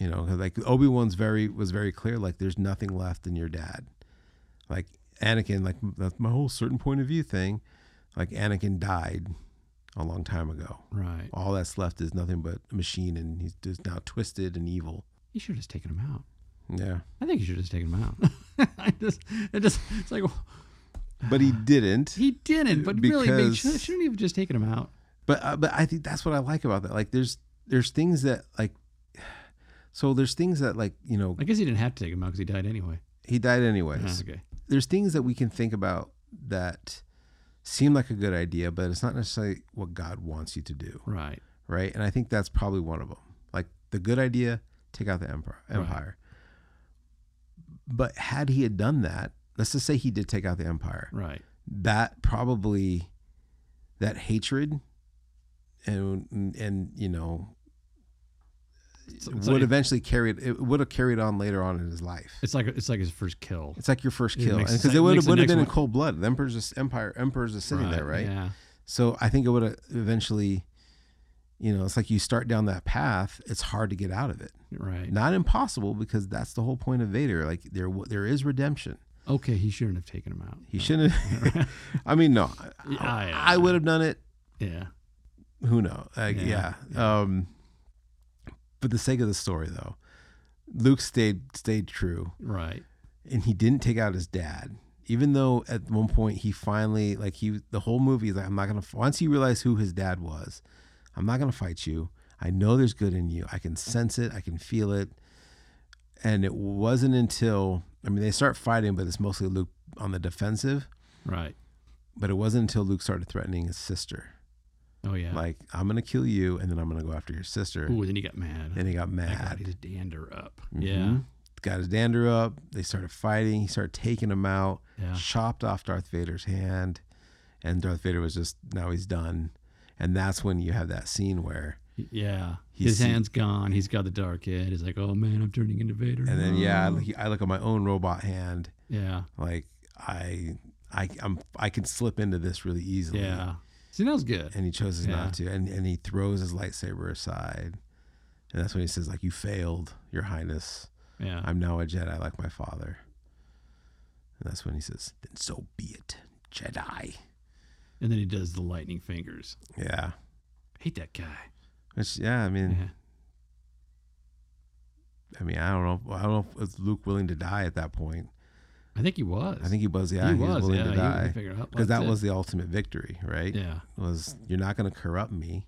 Speaker 1: You know, 'cause, like Obi Wan's very was very clear. Like, there's nothing left in your dad. Like Anakin, like that's my whole certain point of view thing. Like Anakin died a long time ago.
Speaker 2: Right.
Speaker 1: All that's left is nothing but a machine, and he's just now twisted and evil.
Speaker 2: He should have just taken him out.
Speaker 1: Yeah.
Speaker 2: I think he should have just taken him out. I just, it just, it's like
Speaker 1: But he didn't.
Speaker 2: he didn't. But really, they
Speaker 1: Because-
Speaker 2: should, shouldn't he have just taken him out?
Speaker 1: but uh, but I think that's what I like about that. Like there's there's things that like so there's things that like you know
Speaker 2: I guess he didn't have to take him out because he died anyway.
Speaker 1: he died
Speaker 2: Ah,
Speaker 1: anyways.
Speaker 2: okay.
Speaker 1: There's things that we can think about that seem like a good idea, but it's not necessarily what God wants you to do,
Speaker 2: Right.
Speaker 1: right? And I think that's probably one of them. Like the good idea, take out the empire.
Speaker 2: Right.
Speaker 1: Empire. But had he had done that, let's just say he did take out the empire.
Speaker 2: Right.
Speaker 1: that probably that hatred and and you know
Speaker 2: So- so
Speaker 1: would
Speaker 2: it-
Speaker 1: eventually carry it, it would have carried on later on in his life
Speaker 2: It's like it's like his first kill.
Speaker 1: it's like your first
Speaker 2: It
Speaker 1: kill
Speaker 2: makes
Speaker 1: because
Speaker 2: the-
Speaker 1: it would
Speaker 2: makes
Speaker 1: have
Speaker 2: the
Speaker 1: would have
Speaker 2: next
Speaker 1: been in
Speaker 2: one-
Speaker 1: cold blood the emperor's just empire emperor's just sitting there right
Speaker 2: Yeah.
Speaker 1: so i think it would have eventually you know it's like you start down that path it's hard to get out of it
Speaker 2: Right.
Speaker 1: not impossible because that's the whole point of vader like there w- there is redemption
Speaker 2: Okay. He shouldn't have taken him out.
Speaker 1: he
Speaker 2: No.
Speaker 1: shouldn't i mean no I-
Speaker 2: Yeah,
Speaker 1: I-
Speaker 2: yeah,
Speaker 1: I would have done it
Speaker 2: Yeah.
Speaker 1: who knows? Like,
Speaker 2: Yeah,
Speaker 1: yeah. Um, for the sake of the story, though, Luke stayed stayed true,
Speaker 2: Right.
Speaker 1: and he didn't take out his dad. Even though at one point he finally like he the whole movie is like I'm not gonna once he realized who his dad was, I'm not gonna fight you. I know there's good in you. I can sense it. I can feel it. And it wasn't until I mean they start fighting, but it's mostly Luke on the defensive.
Speaker 2: Right.
Speaker 1: But it wasn't until Luke started threatening his sister,
Speaker 2: Oh yeah.
Speaker 1: like I'm gonna kill you, and then I'm gonna go after your sister.
Speaker 2: Ooh. Then he got mad.
Speaker 1: And he got
Speaker 2: I got
Speaker 1: mad.
Speaker 2: his dander up.
Speaker 1: Mhm. Got his dander up. They started fighting. He started taking him out,
Speaker 2: Yeah. Yeah.
Speaker 1: chopped off Darth Vader's hand. And Darth Vader was just, now he's done. And that's when you have that scene where,
Speaker 2: Yeah.
Speaker 1: He's
Speaker 2: his
Speaker 1: seen-
Speaker 2: hand's gone. He's got the dark head. He's like, oh man, I'm turning into Vader.
Speaker 1: and then, yeah, I
Speaker 2: No.
Speaker 1: look, I look at my own robot hand.
Speaker 2: Yeah.
Speaker 1: Like, I. I I'm I can slip into this really easily.
Speaker 2: Yeah. See, that was good.
Speaker 1: And he chooses
Speaker 2: Yeah.
Speaker 1: not to. And and he throws his lightsaber aside. And that's when he says, like, you failed, your highness.
Speaker 2: Yeah.
Speaker 1: I'm now a Jedi like my father. And that's when he says, Then so be it, Jedi.
Speaker 2: And then he does the lightning fingers.
Speaker 1: Yeah.
Speaker 2: Hate that guy.
Speaker 1: Which yeah, I mean
Speaker 2: Yeah.
Speaker 1: I mean, I don't know I don't know if was Luke willing to die at that point.
Speaker 2: I think he was.
Speaker 1: I think he was. Yeah, he, was, willing
Speaker 2: yeah,
Speaker 1: to
Speaker 2: he was
Speaker 1: die
Speaker 2: figuring out.
Speaker 1: because
Speaker 2: That's
Speaker 1: that
Speaker 2: it.
Speaker 1: was the ultimate victory, right?
Speaker 2: Yeah.
Speaker 1: Was you're not going to corrupt me.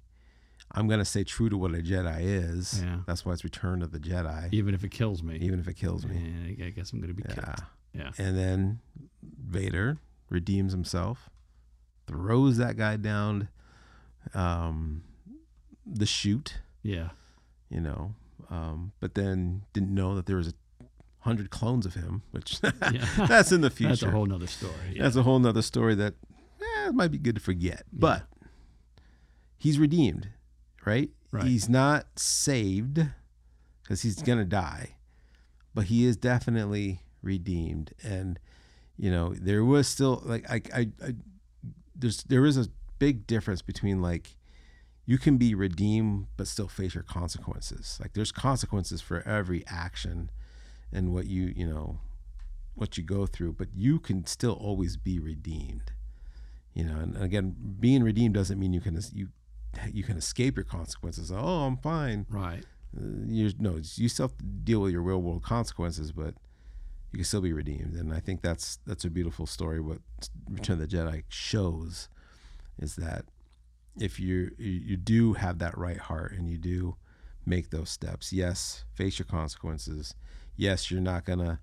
Speaker 1: I'm going to stay true to what a Jedi is.
Speaker 2: Yeah.
Speaker 1: That's why it's Return of the Jedi,
Speaker 2: Even if it kills me.
Speaker 1: even if it kills me.
Speaker 2: Man, I guess I'm gonna be
Speaker 1: Yeah.
Speaker 2: killed. Yeah.
Speaker 1: And then Vader redeems himself, throws that guy down um, the chute,
Speaker 2: Yeah.
Speaker 1: you know, um, but then didn't know that there was a hundred clones of him, which
Speaker 2: Yeah.
Speaker 1: that's in the future.
Speaker 2: That's a whole nother story. Yeah.
Speaker 1: That's a whole nother story that eh, it might be good to forget.
Speaker 2: Yeah.
Speaker 1: But he's redeemed, right?
Speaker 2: Right.
Speaker 1: He's not saved because he's gonna die, but he is definitely redeemed. And you know, there was still like I, I, I there's there is a big difference between like you can be redeemed but still face your consequences. Like there's consequences for every action and what you you know what you go through, but you can still always be redeemed. You know, and again, being redeemed doesn't mean you can es- you you can escape your consequences. Oh, I'm fine.
Speaker 2: Right.
Speaker 1: Uh, you no, you still have to deal with your real world consequences, but you can still be redeemed. And I think that's that's a beautiful story. What Return of the Jedi shows is that if you you you do have that right heart and you do make those steps, yes, face your consequences. Yes, you're not gonna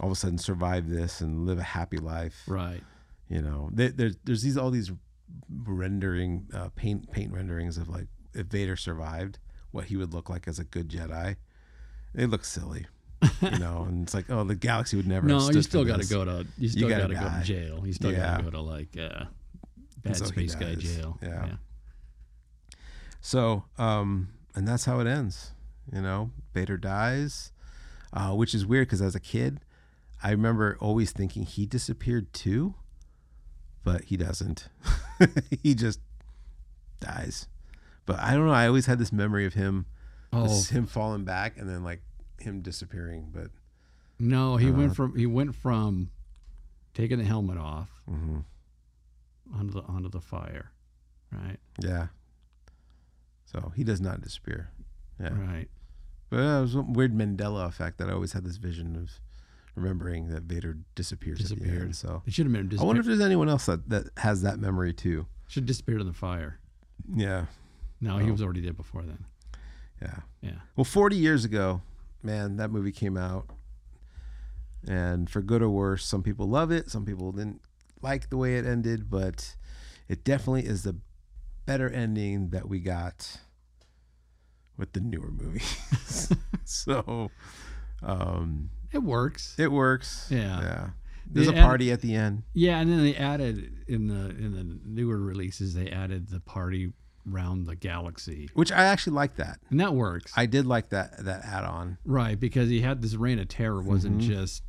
Speaker 1: all of a sudden survive this and live a happy life.
Speaker 2: Right.
Speaker 1: You know, there, there's there's these all these rendering uh, paint paint renderings of like if Vader survived, what he would look like as a good Jedi. They look silly, you know, and it's like oh, the galaxy would never. have
Speaker 2: No,
Speaker 1: stood
Speaker 2: you
Speaker 1: for
Speaker 2: still got to
Speaker 1: this.
Speaker 2: go to you still got
Speaker 1: gotta
Speaker 2: to go to
Speaker 1: die.
Speaker 2: jail. You still got
Speaker 1: Yeah.
Speaker 2: to go to like uh, bad
Speaker 1: so he
Speaker 2: space guy
Speaker 1: dies.
Speaker 2: jail.
Speaker 1: Yeah. So, um, and that's how it ends. You know, Vader dies, uh, which is weird because as a kid, I remember always thinking he disappeared too, but he doesn't. he just dies. But I don't know. I always had this memory of him,
Speaker 2: Oh
Speaker 1: this- him falling back and then like him disappearing. But
Speaker 2: no, he
Speaker 1: Uh,
Speaker 2: went from he went from taking the helmet off
Speaker 1: mhm.
Speaker 2: onto the onto the fire, right?
Speaker 1: yeah. So he does not disappear. Yeah.
Speaker 2: Right.
Speaker 1: But uh, it was a weird Mandela effect that I always had this vision of remembering that Vader disappears. At the
Speaker 2: Disappeared.
Speaker 1: end, so
Speaker 2: It should have been
Speaker 1: I
Speaker 2: disappear,
Speaker 1: wonder if there's anyone else that, that has that memory too.
Speaker 2: should have disappeared in the fire.
Speaker 1: Yeah,
Speaker 2: No, he
Speaker 1: Oh.
Speaker 2: was already there before then.
Speaker 1: yeah.
Speaker 2: Yeah.
Speaker 1: Well, 40 years ago, man, that movie came out, and for good or worse, some people love it, some people didn't like the way it ended, but it definitely is the better ending that we got with the newer movies. so, um,
Speaker 2: It works.
Speaker 1: It works.
Speaker 2: Yeah.
Speaker 1: Yeah. There's
Speaker 2: They
Speaker 1: a
Speaker 2: add-
Speaker 1: party at the end.
Speaker 2: Yeah, and then they added in the in the newer releases they added the party round the galaxy,
Speaker 1: Which I actually like that.
Speaker 2: and that works,
Speaker 1: I did like that that add on.
Speaker 2: right? Because he had this reign of terror wasn't
Speaker 1: Mhm.
Speaker 2: just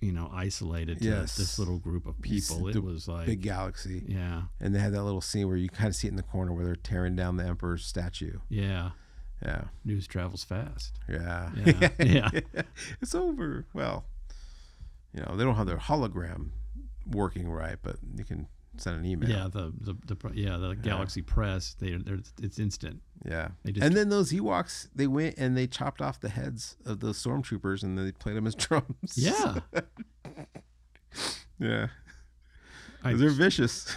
Speaker 2: you know isolated to
Speaker 1: Yes.
Speaker 2: this little group of
Speaker 1: He's
Speaker 2: people.
Speaker 1: the
Speaker 2: It was like
Speaker 1: Big galaxy.
Speaker 2: yeah,
Speaker 1: And they had that little scene where you kind of see it in the corner where they're tearing down the Emperor's statue.
Speaker 2: yeah.
Speaker 1: Yeah.
Speaker 2: News travels fast.
Speaker 1: Yeah.
Speaker 2: Yeah, yeah.
Speaker 1: it's over. Well, you know, they don't have their hologram working right, but you can send an email.
Speaker 2: Yeah, the the, the pr- yeah the Galaxy Press. They they're, it's instant.
Speaker 1: Yeah.
Speaker 2: They just-
Speaker 1: and then those Ewoks, they went and they chopped off the heads of those stormtroopers and they played them as drums.
Speaker 2: Yeah,
Speaker 1: yeah.
Speaker 2: I,
Speaker 1: 'Cause They're vicious.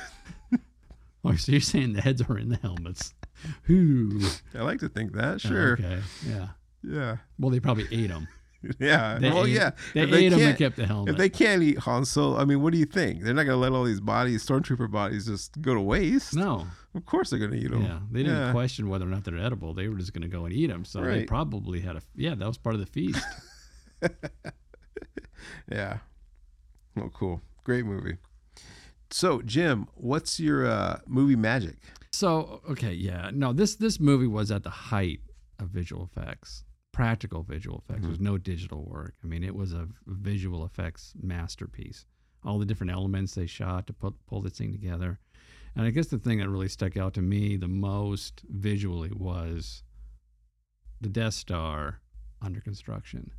Speaker 2: oh, so you're saying the heads are in the helmets? Who?
Speaker 1: I like to think that. Sure.
Speaker 2: Uh, Okay. Yeah.
Speaker 1: Yeah.
Speaker 2: Well, they probably ate them.
Speaker 1: Yeah.
Speaker 2: They
Speaker 1: well,
Speaker 2: ate,
Speaker 1: yeah.
Speaker 2: They
Speaker 1: if
Speaker 2: ate
Speaker 1: they
Speaker 2: them and
Speaker 1: can't,
Speaker 2: kept the helmet.
Speaker 1: if they can't eat Han Solo, I mean, what do you think? They're not going to let all these bodies, stormtrooper bodies, just go to waste.
Speaker 2: no.
Speaker 1: Of course they're going to eat them.
Speaker 2: Yeah. They didn't
Speaker 1: Oh. Yeah.
Speaker 2: question whether or not they're edible. They were just going to go and eat them. So they
Speaker 1: Right.
Speaker 2: probably had a. Yeah, that was part of the feast.
Speaker 1: Yeah. Oh, cool. Great movie. So, Jim, what's your uh, movie magic?
Speaker 2: so okay, yeah. No, this this movie was at the height of visual effects, practical visual effects.
Speaker 1: Mm-hmm.
Speaker 2: There was no digital work. I mean, it was a visual effects masterpiece. All the different elements they shot to put pull this thing together. And I guess the thing that really stuck out to me the most visually was the Death Star under construction.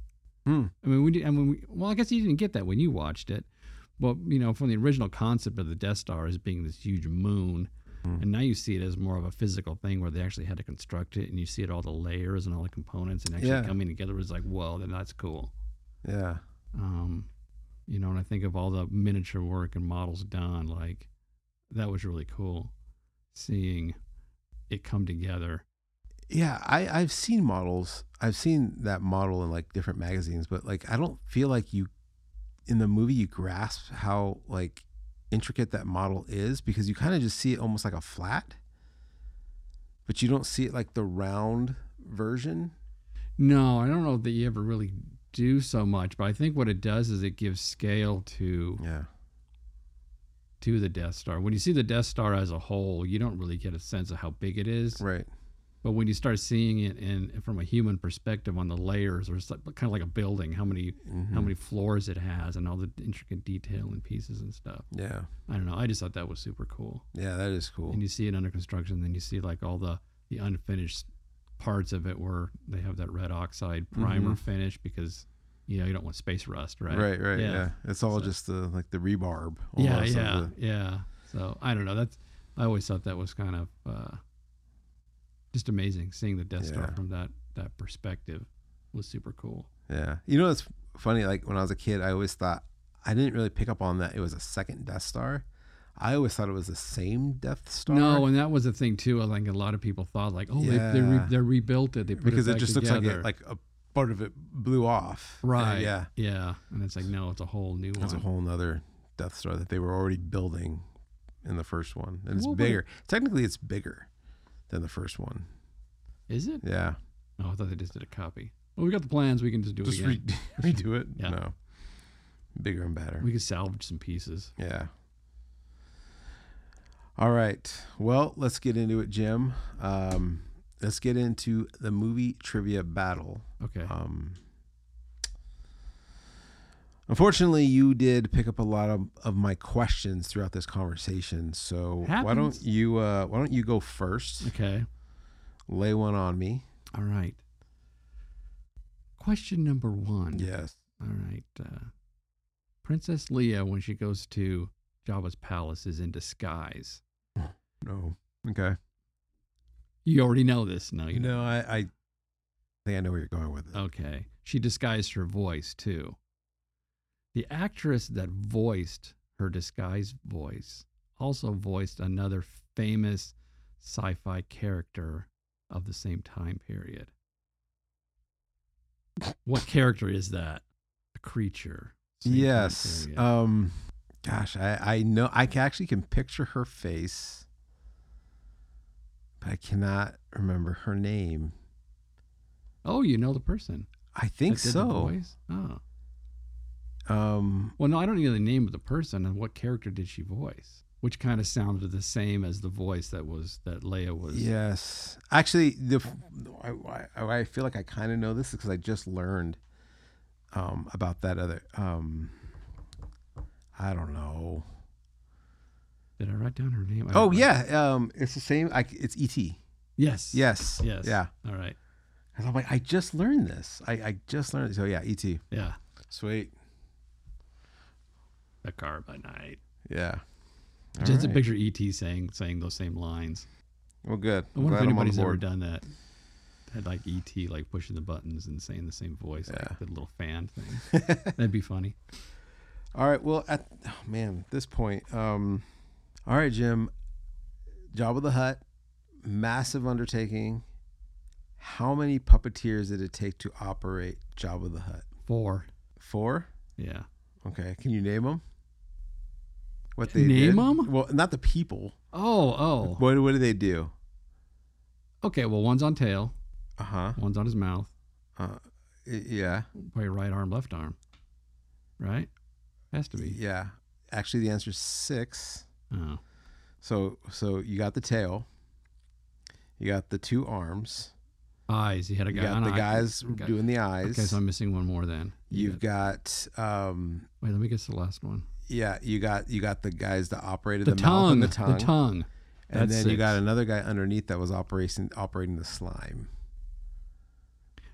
Speaker 1: Hmm.
Speaker 2: I mean, we did, I mean, we, well, I guess you didn't get that when you watched it, but you know, from the original concept of the Death Star as being this huge moon,
Speaker 1: Hmm.
Speaker 2: and now you see it as more of a physical thing where they actually had to construct it, and you see it all the layers and all the components and actually
Speaker 1: Yeah.
Speaker 2: coming together. It was like, whoa, then that's cool.
Speaker 1: Yeah.
Speaker 2: Um, You know, and I think of all the miniature work and models done, like that was really cool seeing it come together.
Speaker 1: Yeah, I, I've seen models. I've seen that model in like different magazines, but like I don't feel like you in the movie you grasp how like intricate that model is because you kind of just see it almost like a flat, but you don't see it like the round version.
Speaker 2: No, I don't know that you ever really do so much, but I think what it does is it gives scale to
Speaker 1: Yeah.
Speaker 2: to the Death Star. When you see the Death Star as a whole, you don't really get a sense of how big it is.
Speaker 1: Right.
Speaker 2: But when you start seeing it in from a human perspective on the layers, or it's like, kind of like a building, how many
Speaker 1: Mhm.
Speaker 2: how many floors it has, and all the intricate detail and pieces and stuff.
Speaker 1: Yeah.
Speaker 2: I don't know. I just thought that was super cool.
Speaker 1: Yeah, that is cool.
Speaker 2: And you see it under construction, then you see like all the the unfinished parts of it where they have that red oxide primer finish because you know you don't want space rust, right?
Speaker 1: Mm-hmm. right. Right. Yeah.
Speaker 2: Yeah.
Speaker 1: It's all
Speaker 2: So-
Speaker 1: just the like the rebarb.
Speaker 2: Yeah,
Speaker 1: almost of
Speaker 2: yeah,
Speaker 1: the-
Speaker 2: yeah. So I don't know. That's I always thought that was kind of uh, just amazing seeing the Death Star
Speaker 1: Yeah.
Speaker 2: from that that perspective was super cool.
Speaker 1: Yeah. You know, it's funny. Like when I was a kid, I always thought I didn't really pick up on that. It was a second Death Star. I always thought it was the same Death Star.
Speaker 2: No, and that was a thing too. I think a lot of people thought like, oh, they they, re-
Speaker 1: Yeah.
Speaker 2: they rebuilt it. They put
Speaker 1: because
Speaker 2: it,
Speaker 1: it,
Speaker 2: back
Speaker 1: just looks
Speaker 2: together.
Speaker 1: like it, like a part of it blew off. And
Speaker 2: right.
Speaker 1: yeah.
Speaker 2: yeah. And it's like no, it's a whole new
Speaker 1: That's a
Speaker 2: one.
Speaker 1: whole nother Death Star that they were already building in the first one, and it's
Speaker 2: Well, but-
Speaker 1: bigger. Technically, it's bigger than the first one.
Speaker 2: Is it?
Speaker 1: Yeah.
Speaker 2: Oh, I thought they just did a copy. Well, we got the plans. We can just do
Speaker 1: Just
Speaker 2: it again.
Speaker 1: re- redo it.
Speaker 2: Yeah.
Speaker 1: No. Bigger and better.
Speaker 2: we could salvage some pieces.
Speaker 1: Yeah. All right. Well, let's get into it, Jim. Um, let's get into the movie trivia battle.
Speaker 2: Okay.
Speaker 1: Um, unfortunately, you did pick up a lot of, of my questions throughout this conversation. So why don't
Speaker 2: Happens.
Speaker 1: you uh, why don't you go first?
Speaker 2: okay.
Speaker 1: Lay one on me.
Speaker 2: All right. Question number one.
Speaker 1: Yes.
Speaker 2: All right. Uh, Princess Leia, when she goes to Jabba's palace, is in disguise.
Speaker 1: No. Okay.
Speaker 2: You already know this, no? You
Speaker 1: You know, I, I think I know where you're going with it.
Speaker 2: Okay. She disguised her voice too. The actress that voiced her disguised voice also voiced another famous sci fi character of the same time period. What character is that? A creature. same time
Speaker 1: yes.
Speaker 2: period.
Speaker 1: Um, gosh, I, I know I ca- actually can picture her face, but I cannot remember her name.
Speaker 2: oh, you know the person.
Speaker 1: I think
Speaker 2: that did the
Speaker 1: so.
Speaker 2: voice? Oh.
Speaker 1: Um,
Speaker 2: Well, no, I don't know the name of the person and what character did she voice, which kind of sounded the same as the voice that was that Leia was.
Speaker 1: yes, actually, the f- I, I, I feel like I kind of know this because I just learned um, about that other. Um, I don't know.
Speaker 2: Did I write down her name? I
Speaker 1: Oh
Speaker 2: don't-
Speaker 1: yeah, um, it's the same. I, c- it's ET.
Speaker 2: Yes.
Speaker 1: Yes.
Speaker 2: Yes.
Speaker 1: Yeah.
Speaker 2: All right.
Speaker 1: And I'm like, I just learned this. I, I just learned it. So yeah, E ET.
Speaker 2: Yeah.
Speaker 1: Sweet.
Speaker 2: The car by night.
Speaker 1: Yeah.
Speaker 2: Just
Speaker 1: All
Speaker 2: a
Speaker 1: right.
Speaker 2: picture ET saying saying those same lines.
Speaker 1: Well, good.
Speaker 2: I
Speaker 1: I'm
Speaker 2: wonder
Speaker 1: glad
Speaker 2: if
Speaker 1: I'm on the
Speaker 2: anybody's ever
Speaker 1: board.
Speaker 2: done that. Had like ET like pushing the buttons and saying the same voice,
Speaker 1: Yeah.
Speaker 2: like the little fan thing. That'd be funny.
Speaker 1: All right. Well, at oh, man, at this point, um, all right, Jim. Job of the Hut, massive undertaking. How many puppeteers did it take to operate Job of the Hut?
Speaker 2: Four.
Speaker 1: Four.
Speaker 2: Yeah.
Speaker 1: Okay. Can you name them? What they
Speaker 2: Name
Speaker 1: did?
Speaker 2: 'em?
Speaker 1: Well, not the people.
Speaker 2: Oh, oh.
Speaker 1: What what did they do?
Speaker 2: Okay, well one's on tail,
Speaker 1: Uh-huh.
Speaker 2: one's on his mouth,
Speaker 1: Uh y- Yeah.
Speaker 2: probably right arm, left arm. Right? Has to be.
Speaker 1: Yeah. Actually, the answer is six.
Speaker 2: Oh.
Speaker 1: So so you got the tail. You got the two arms.
Speaker 2: Eyes. You had a
Speaker 1: You
Speaker 2: guy
Speaker 1: got
Speaker 2: on
Speaker 1: the
Speaker 2: eye.
Speaker 1: guys
Speaker 2: Okay.
Speaker 1: doing the eyes.
Speaker 2: Okay, so I'm missing one more then. You
Speaker 1: You've
Speaker 2: got-
Speaker 1: got um
Speaker 2: wait, let me guess the last one.
Speaker 1: yeah, you got you got the guys that operated
Speaker 2: The,
Speaker 1: the, mouth
Speaker 2: tongue,
Speaker 1: and the tongue.
Speaker 2: The tongue.
Speaker 1: and
Speaker 2: That's
Speaker 1: then you
Speaker 2: six.
Speaker 1: got another guy underneath that was operating operating the slime.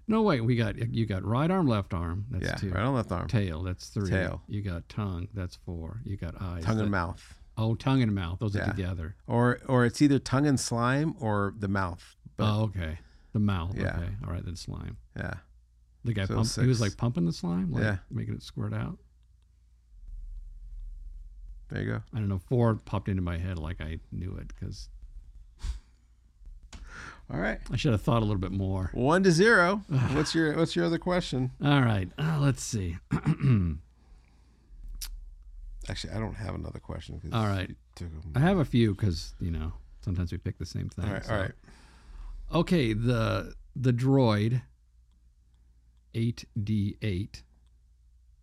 Speaker 2: No, wait. We got you got right arm, left arm. That's
Speaker 1: yeah,
Speaker 2: two.
Speaker 1: right on left arm.
Speaker 2: Tail. That's three.
Speaker 1: Tail.
Speaker 2: You got tongue. That's four. You got eyes.
Speaker 1: tongue
Speaker 2: that-
Speaker 1: and mouth.
Speaker 2: Oh, tongue and mouth. Those
Speaker 1: Yeah.
Speaker 2: are together.
Speaker 1: Or or it's either tongue and slime or the mouth. But
Speaker 2: oh, okay. The mouth.
Speaker 1: Yeah.
Speaker 2: Okay. All right. Then slime.
Speaker 1: yeah.
Speaker 2: The guy
Speaker 1: So
Speaker 2: pumped. He was
Speaker 1: six.
Speaker 2: like pumping the slime. Like
Speaker 1: Yeah.
Speaker 2: Making it squirt out.
Speaker 1: There you go.
Speaker 2: I don't know. Four popped into my head like I knew it because
Speaker 1: All right.
Speaker 2: I should have thought a little bit more.
Speaker 1: One to zero. what's your What's your other question?
Speaker 2: All right, uh, let's see.
Speaker 1: Actually, I don't have another question. 'cause
Speaker 2: All right.
Speaker 1: you took 'em.
Speaker 2: I have a few because you know sometimes we pick the same thing.
Speaker 1: All right.
Speaker 2: so.
Speaker 1: All right.
Speaker 2: Okay, the the droid. Eight D eight.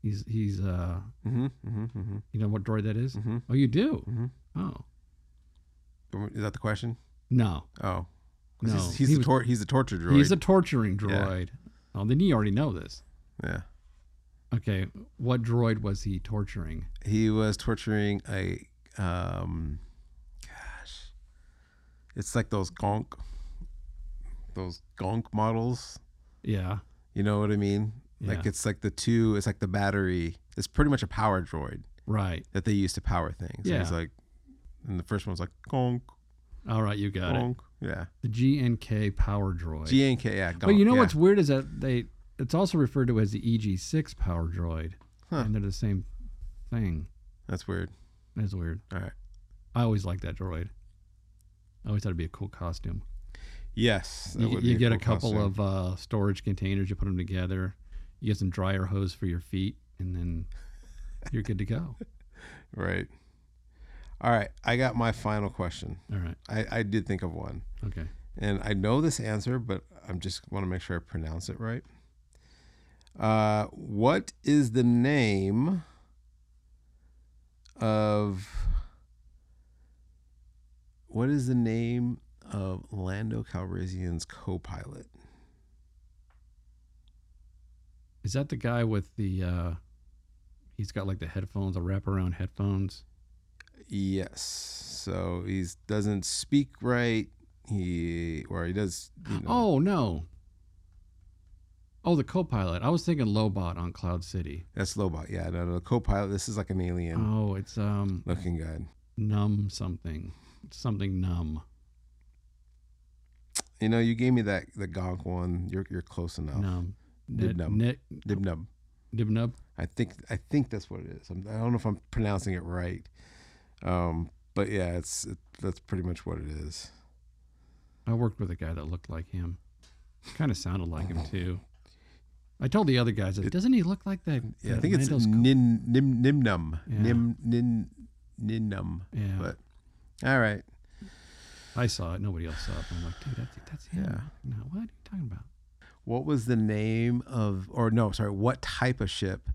Speaker 2: He's he's uh
Speaker 1: Mm-hmm, mm-hmm, mm-hmm.
Speaker 2: you know what droid that is?
Speaker 1: Mhm.
Speaker 2: Oh, you do.
Speaker 1: Mhm.
Speaker 2: Oh
Speaker 1: Is that the question?
Speaker 2: no,
Speaker 1: Oh, 'Cause
Speaker 2: No,
Speaker 1: he's, he's
Speaker 2: he
Speaker 1: the
Speaker 2: was-
Speaker 1: tor- he's the torture droid.
Speaker 2: he's a torturing droid. Oh, then you already know this.
Speaker 1: yeah,
Speaker 2: Okay, what droid was he torturing?
Speaker 1: he was torturing a um, gosh, it's like those gonk, those gonk models.
Speaker 2: Yeah.
Speaker 1: You know what I mean? Like
Speaker 2: Yeah.
Speaker 1: it's like the two. It's like the battery. It's pretty much a power droid
Speaker 2: Right.
Speaker 1: that they use to power things. And he's
Speaker 2: Yeah.
Speaker 1: like, and the first one's like gonk,
Speaker 2: All right, you got it.
Speaker 1: gonk, yeah.
Speaker 2: The GNK power droid.
Speaker 1: G and K, yeah. Gonk,
Speaker 2: But you know
Speaker 1: yeah.
Speaker 2: what's weird is that they it's also referred to as the EG6 power droid,
Speaker 1: Huh.
Speaker 2: and they're the same thing.
Speaker 1: That's weird.
Speaker 2: That's weird.
Speaker 1: All right.
Speaker 2: I always liked that droid. I always thought it'd be a cool costume.
Speaker 1: Yes. that
Speaker 2: You,
Speaker 1: would
Speaker 2: you
Speaker 1: be
Speaker 2: get a,
Speaker 1: cool
Speaker 2: couple
Speaker 1: costume.
Speaker 2: of uh, storage containers, you put them together, you get some dryer hose for your feet, and then you're good to go.
Speaker 1: Right. All right. I got my final question.
Speaker 2: All right.
Speaker 1: I, I did think of one.
Speaker 2: Okay.
Speaker 1: And I know this answer, but I'm just want to make sure I pronounce it right. Uh, what is the name of what is the name of Lando Calrissian's co-pilot?
Speaker 2: Is that the guy with the? Uh, he's got like the headphones, the wraparound headphones.
Speaker 1: Yes. So he's doesn't speak right. He or he does. You know,
Speaker 2: Oh no. Oh, the co-pilot. I was thinking Lobot on Cloud City.
Speaker 1: That's Lobot. Yeah, no, no, the co-pilot. This is like an alien
Speaker 2: Oh, it's um
Speaker 1: looking guy.
Speaker 2: numb something, something numb.
Speaker 1: You know, you gave me that the gonk one. You're you're close enough.
Speaker 2: Numb.
Speaker 1: Dibnum.
Speaker 2: Net,
Speaker 1: Dibnub.
Speaker 2: dibnub.
Speaker 1: I think I think that's what it is. I'm, I don't know if I'm pronouncing it right. Um, but yeah, it's it, that's pretty much what it is.
Speaker 2: I worked with a guy that looked like him. Kind of sounded like him too. I told the other guys, that, doesn't he look like that?
Speaker 1: Yeah, I
Speaker 2: that
Speaker 1: think it's
Speaker 2: Lando's co-"
Speaker 1: nin, nim nimnum
Speaker 2: Yeah.
Speaker 1: nim nin ninnum.
Speaker 2: yeah,
Speaker 1: But all right,
Speaker 2: I saw it. Nobody else saw it. I'm like, dude, that's that's him.
Speaker 1: Yeah.
Speaker 2: No, what are you talking about?
Speaker 1: what was the name of or no sorry what type of ship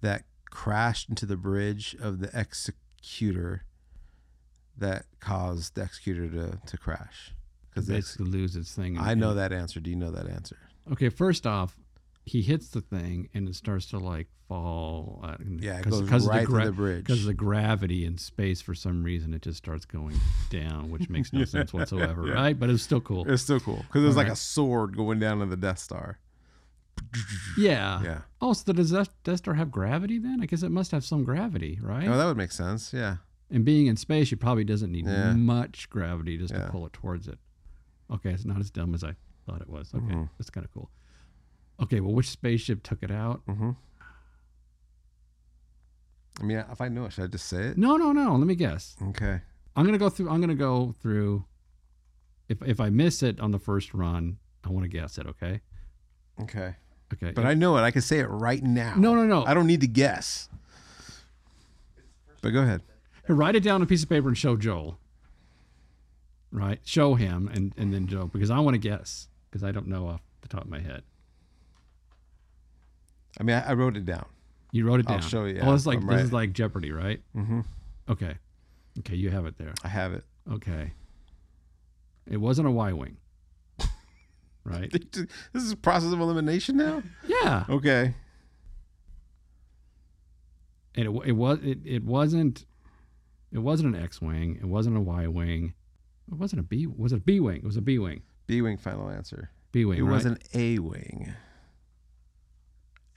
Speaker 1: that crashed into the bridge of the executor that caused the executor to, to crash because
Speaker 2: Basically, lose its thing. and-
Speaker 1: i
Speaker 2: and
Speaker 1: know that answer do you know that answer
Speaker 2: Okay, first off, he hits the thing and it starts to like fall. uh, and-
Speaker 1: yeah it
Speaker 2: 'cause-
Speaker 1: goes
Speaker 2: 'cause of
Speaker 1: right
Speaker 2: gra-
Speaker 1: to the bridge
Speaker 2: Because of the gravity in space, for some reason, it just starts going down, which makes no sense whatsoever,
Speaker 1: Yeah.
Speaker 2: right? But it was still cool.
Speaker 1: it's still cool because it was like a
Speaker 2: Alright.
Speaker 1: sword going down to the death star
Speaker 2: Yeah.
Speaker 1: yeah
Speaker 2: Oh, so does that Death Star have gravity then? I guess it must have some gravity, right?
Speaker 1: oh that would make sense yeah
Speaker 2: and being in space, you probably doesn't need
Speaker 1: Yeah.
Speaker 2: much gravity just
Speaker 1: Yeah.
Speaker 2: to pull it towards it. Okay, it's not as dumb as I thought it was. Okay,
Speaker 1: Mhm.
Speaker 2: that's kind of cool. Okay, well, which spaceship took it out?
Speaker 1: mm-hmm. i mean if i know it should i just say it
Speaker 2: No, no, no. Let me guess.
Speaker 1: okay
Speaker 2: I'm gonna go through. I'm gonna go through. If if I miss it on the first run, I want to guess it. Okay.
Speaker 1: okay
Speaker 2: Okay.
Speaker 1: but i know it i can say it right now
Speaker 2: no, no, no.
Speaker 1: I don't need to guess. But go ahead.
Speaker 2: Here, write it down on a piece of paper and show Joel. Right? Show him and, and then Joel, because I want to guess, because I don't know off the top of my head.
Speaker 1: I mean, I, I wrote it down.
Speaker 2: You wrote it
Speaker 1: I'll
Speaker 2: down.
Speaker 1: show you,
Speaker 2: Oh,
Speaker 1: yeah,
Speaker 2: it's like
Speaker 1: I'm
Speaker 2: this is
Speaker 1: right.
Speaker 2: like Jeopardy, right?
Speaker 1: Mm-hmm.
Speaker 2: Okay. Okay, you have it there.
Speaker 1: I have it.
Speaker 2: Okay. It wasn't a Y wing, right?
Speaker 1: This is a process of elimination now.
Speaker 2: yeah.
Speaker 1: Okay.
Speaker 2: And it, it was it, it wasn't it wasn't an X wing. It wasn't a Y wing. It wasn't a B. Was it a B wing? It was a B wing.
Speaker 1: B wing final answer.
Speaker 2: B wing.
Speaker 1: It
Speaker 2: right?
Speaker 1: was an A wing.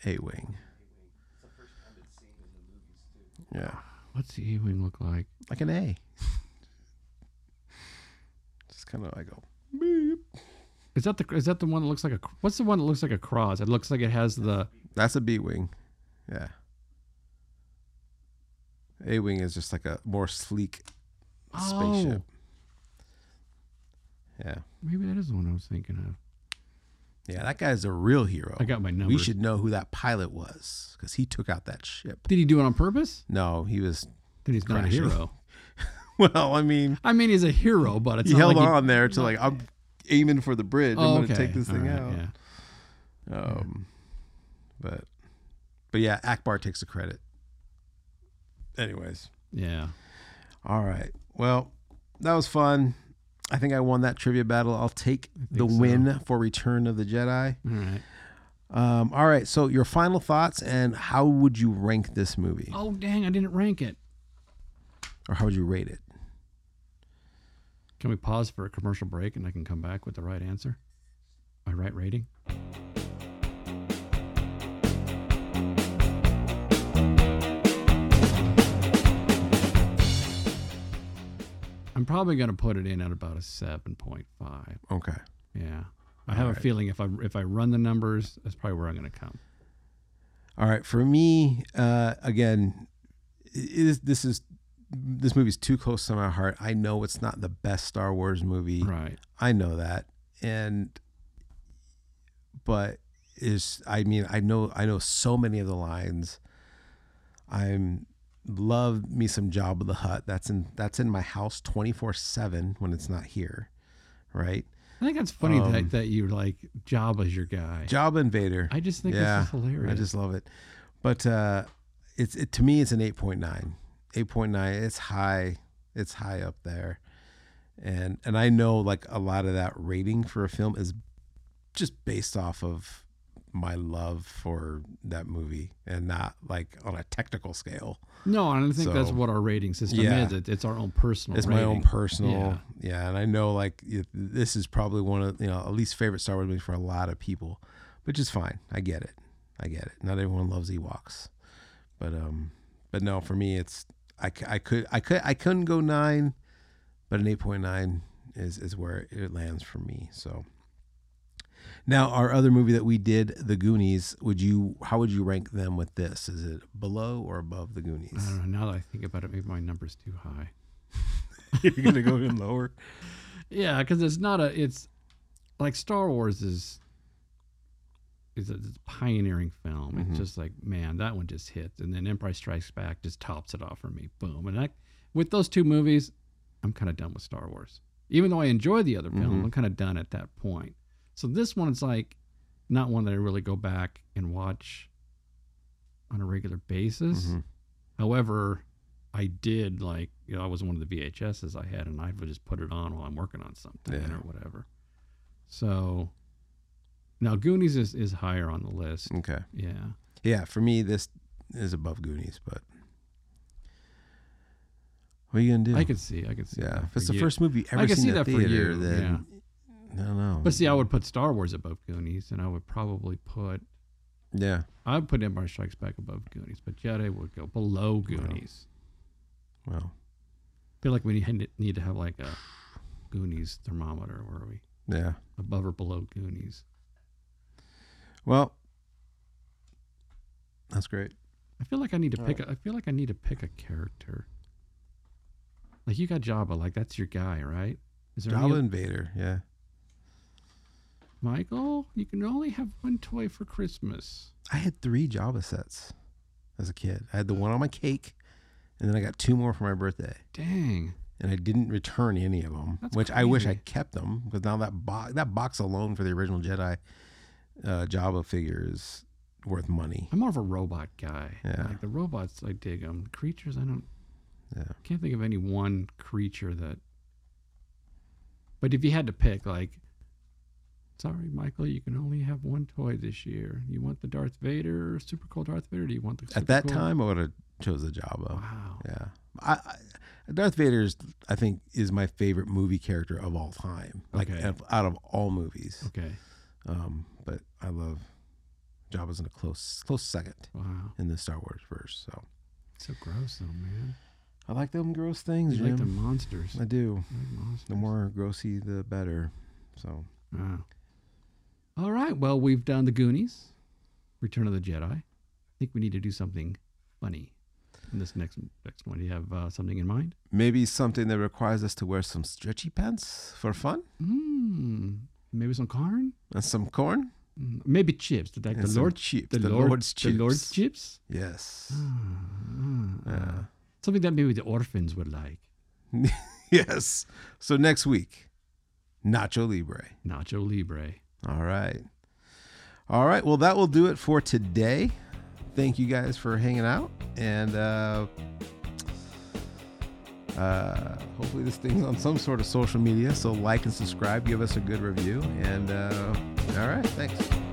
Speaker 1: A wing. Yeah,
Speaker 2: What's the A wing look like?
Speaker 1: like an A. Just kind of like a beep.
Speaker 2: Is that the is that the one that looks like a what's the one that looks like a cross? It looks like it has the
Speaker 1: That's a B wing. Yeah. A wing is just like a more sleek spaceship. Yeah,
Speaker 2: Oh, Maybe that is the one I was thinking of.
Speaker 1: yeah, that guy's a real hero.
Speaker 2: I got my number.
Speaker 1: we should know who that pilot was because he took out that ship.
Speaker 2: Did he do it on purpose?
Speaker 1: No, he was.
Speaker 2: Then he's not a
Speaker 1: Crash.
Speaker 2: hero.
Speaker 1: Well, I mean,
Speaker 2: I mean, he's a hero, but it's
Speaker 1: he
Speaker 2: not
Speaker 1: held
Speaker 2: like he-
Speaker 1: on there to like I'm aiming for the bridge.
Speaker 2: Oh,
Speaker 1: I'm
Speaker 2: okay.
Speaker 1: gonna take this
Speaker 2: All
Speaker 1: thing
Speaker 2: right,
Speaker 1: out.
Speaker 2: Yeah.
Speaker 1: Um, but but yeah, Akbar takes the credit. Anyways,
Speaker 2: Yeah.
Speaker 1: all right. Well, that was fun. I think I won that trivia battle. I'll take the
Speaker 2: so.
Speaker 1: win for Return of the Jedi.
Speaker 2: All right.
Speaker 1: Um, all right. So your final thoughts and how would you rank this movie,
Speaker 2: Oh dang! I didn't rank it.
Speaker 1: or how would you rate it?
Speaker 2: Can we pause for a commercial break and I can come back with the right answer? My right rating? I'm probably going to put it in at about a 7.5.
Speaker 1: Okay.
Speaker 2: Yeah. I have a
Speaker 1: Alright.
Speaker 2: feeling if I if I run the numbers, that's probably where I'm going to come.
Speaker 1: All right, for me, uh, again, it is this is this movie's too close to my heart. I know it's not the best Star Wars movie.
Speaker 2: Right.
Speaker 1: I know that, and but is I mean I know I know so many of the lines. I'm love me some Job of the Hut. That's in that's in my house twenty four seven when it's not here, right?
Speaker 2: I think that's funny
Speaker 1: Um,
Speaker 2: that, that you like Jabba's your guy.
Speaker 1: Job Invader.
Speaker 2: I just think
Speaker 1: Yeah,
Speaker 2: this is hilarious.
Speaker 1: I just love it. But uh, it's it, to me, it's an 8.9. 8.9. It's high. It's high up there. And and I know like a lot of that rating for a film is just based off of my love for that movie and not like on a technical scale.
Speaker 2: No, and I think that's
Speaker 1: So-
Speaker 2: what our rating system
Speaker 1: Yeah.
Speaker 2: is. It, it's our own personal.
Speaker 1: It's my
Speaker 2: rating.
Speaker 1: own personal, yeah. And I know like y- this is probably one of you know at least favorite Star Wars movies for a lot of people, which is fine. I get it. I get it. Not everyone loves Ewoks, but um, but no, for me it's I, c- I could I could I couldn't go nine, but an eight point nine is is where it lands for me. So. Now, our other movie that we did, The Goonies, would you? How would you rank them with this? Is it below or above The
Speaker 2: I
Speaker 1: Goonies?
Speaker 2: don't know. Now that I think about it, maybe my number's too high.
Speaker 1: You're gonna go in lower.
Speaker 2: Yeah, because it's not a. It's like Star Wars is. Is a, it's a pioneering film.
Speaker 1: Mhm.
Speaker 2: It's just like man, that one just hits, and then Empire Strikes Back just tops it off for me. Boom, and I, with those two movies, I'm kind of done with Star Wars. Even though I enjoy the other film,
Speaker 1: Mhm.
Speaker 2: I'm kind of done at that point. So this one's like not one that I really go back and watch on a regular basis.
Speaker 1: Mhm.
Speaker 2: However, I did like you know I was one of the VHSs I had, and I would just put it on while I'm working on something
Speaker 1: Yeah.
Speaker 2: or whatever. So now Goonies is, is higher on the list.
Speaker 1: Okay.
Speaker 2: Yeah,
Speaker 1: Yeah, for me, this is above Goonies, but what are you gonna do?
Speaker 2: I could see, I could see.
Speaker 1: yeah,
Speaker 2: that
Speaker 1: if
Speaker 2: for
Speaker 1: it's the
Speaker 2: you.
Speaker 1: first movie you ever
Speaker 2: I can
Speaker 1: seen
Speaker 2: see
Speaker 1: in a
Speaker 2: that for
Speaker 1: theater,
Speaker 2: you,
Speaker 1: then I don't know.
Speaker 2: But see, I would put Star Wars above Goonies, and I would probably put
Speaker 1: yeah,
Speaker 2: I would put Empire Strikes Back above Goonies, but Jedi would go below Goonies.
Speaker 1: well,
Speaker 2: I feel like we need, need to have like a Goonies thermometer. Where are we
Speaker 1: yeah,
Speaker 2: above or below Goonies?
Speaker 1: well, that's great.
Speaker 2: I feel like I need to
Speaker 1: All
Speaker 2: pick. A, I feel like I need to pick a character. Like you got Jabba, like that's your guy, right? Is there any
Speaker 1: Java
Speaker 2: oth-
Speaker 1: Invader, yeah.
Speaker 2: Michael? You can only have one toy for Christmas.
Speaker 1: I had three Java sets as a kid. I had the one on my cake, and then I got two more for my birthday.
Speaker 2: Dang.
Speaker 1: And I didn't return any of them,
Speaker 2: That's
Speaker 1: which I wish I
Speaker 2: crazy.
Speaker 1: kept them because now that box that box alone for the original Jedi uh, Jabba figure is worth money.
Speaker 2: I'm more of a robot guy.
Speaker 1: Yeah.
Speaker 2: Like the robots, I dig them. Creatures, I don't.
Speaker 1: Yeah.
Speaker 2: Can't think of any one creature that. But if you had to pick, like, sorry, Michael, you can only have one toy this year. You want the Darth Vader, super cool Darth Vader? Do you want the super
Speaker 1: At that
Speaker 2: cool-
Speaker 1: time, I would have chose the Jabba.
Speaker 2: Wow.
Speaker 1: Yeah, I, I Darth Vader's I think is my favorite movie character of all time. Like
Speaker 2: Okay.
Speaker 1: out of- out of all movies,
Speaker 2: Okay.
Speaker 1: um, but I love Jabba's in a close close second
Speaker 2: Wow.
Speaker 1: in the Star Wars verse. So
Speaker 2: So gross, though, man.
Speaker 1: I like them gross things,
Speaker 2: You like the
Speaker 1: Jim.
Speaker 2: monsters.
Speaker 1: I do.
Speaker 2: You like monsters.
Speaker 1: The more grossy, the better. So
Speaker 2: Wow. All right. Well, we've done the Goonies, Return of the Jedi. I think we need to do something funny. in this next next one? Do you have uh, something in mind?
Speaker 1: Maybe something that requires us to wear some stretchy pants for fun
Speaker 2: Mm, maybe some corn.
Speaker 1: and some corn.
Speaker 2: Mm, Maybe chips. Like
Speaker 1: And
Speaker 2: the
Speaker 1: some
Speaker 2: Lord,
Speaker 1: chips,
Speaker 2: the,
Speaker 1: the
Speaker 2: Lord,
Speaker 1: Lord's
Speaker 2: the Lord's chips.
Speaker 1: Yes.
Speaker 2: Ah, ah,
Speaker 1: Yeah.
Speaker 2: ah. Something that maybe the orphans would like.
Speaker 1: Yes. So next week, Nacho Libre.
Speaker 2: Nacho Libre.
Speaker 1: All right. All right. Well, that will do it for today. Thank you guys for hanging out. And uh, uh, hopefully, this thing's on some sort of social media. So, like and subscribe, give us a good review. And uh, all right. Thanks.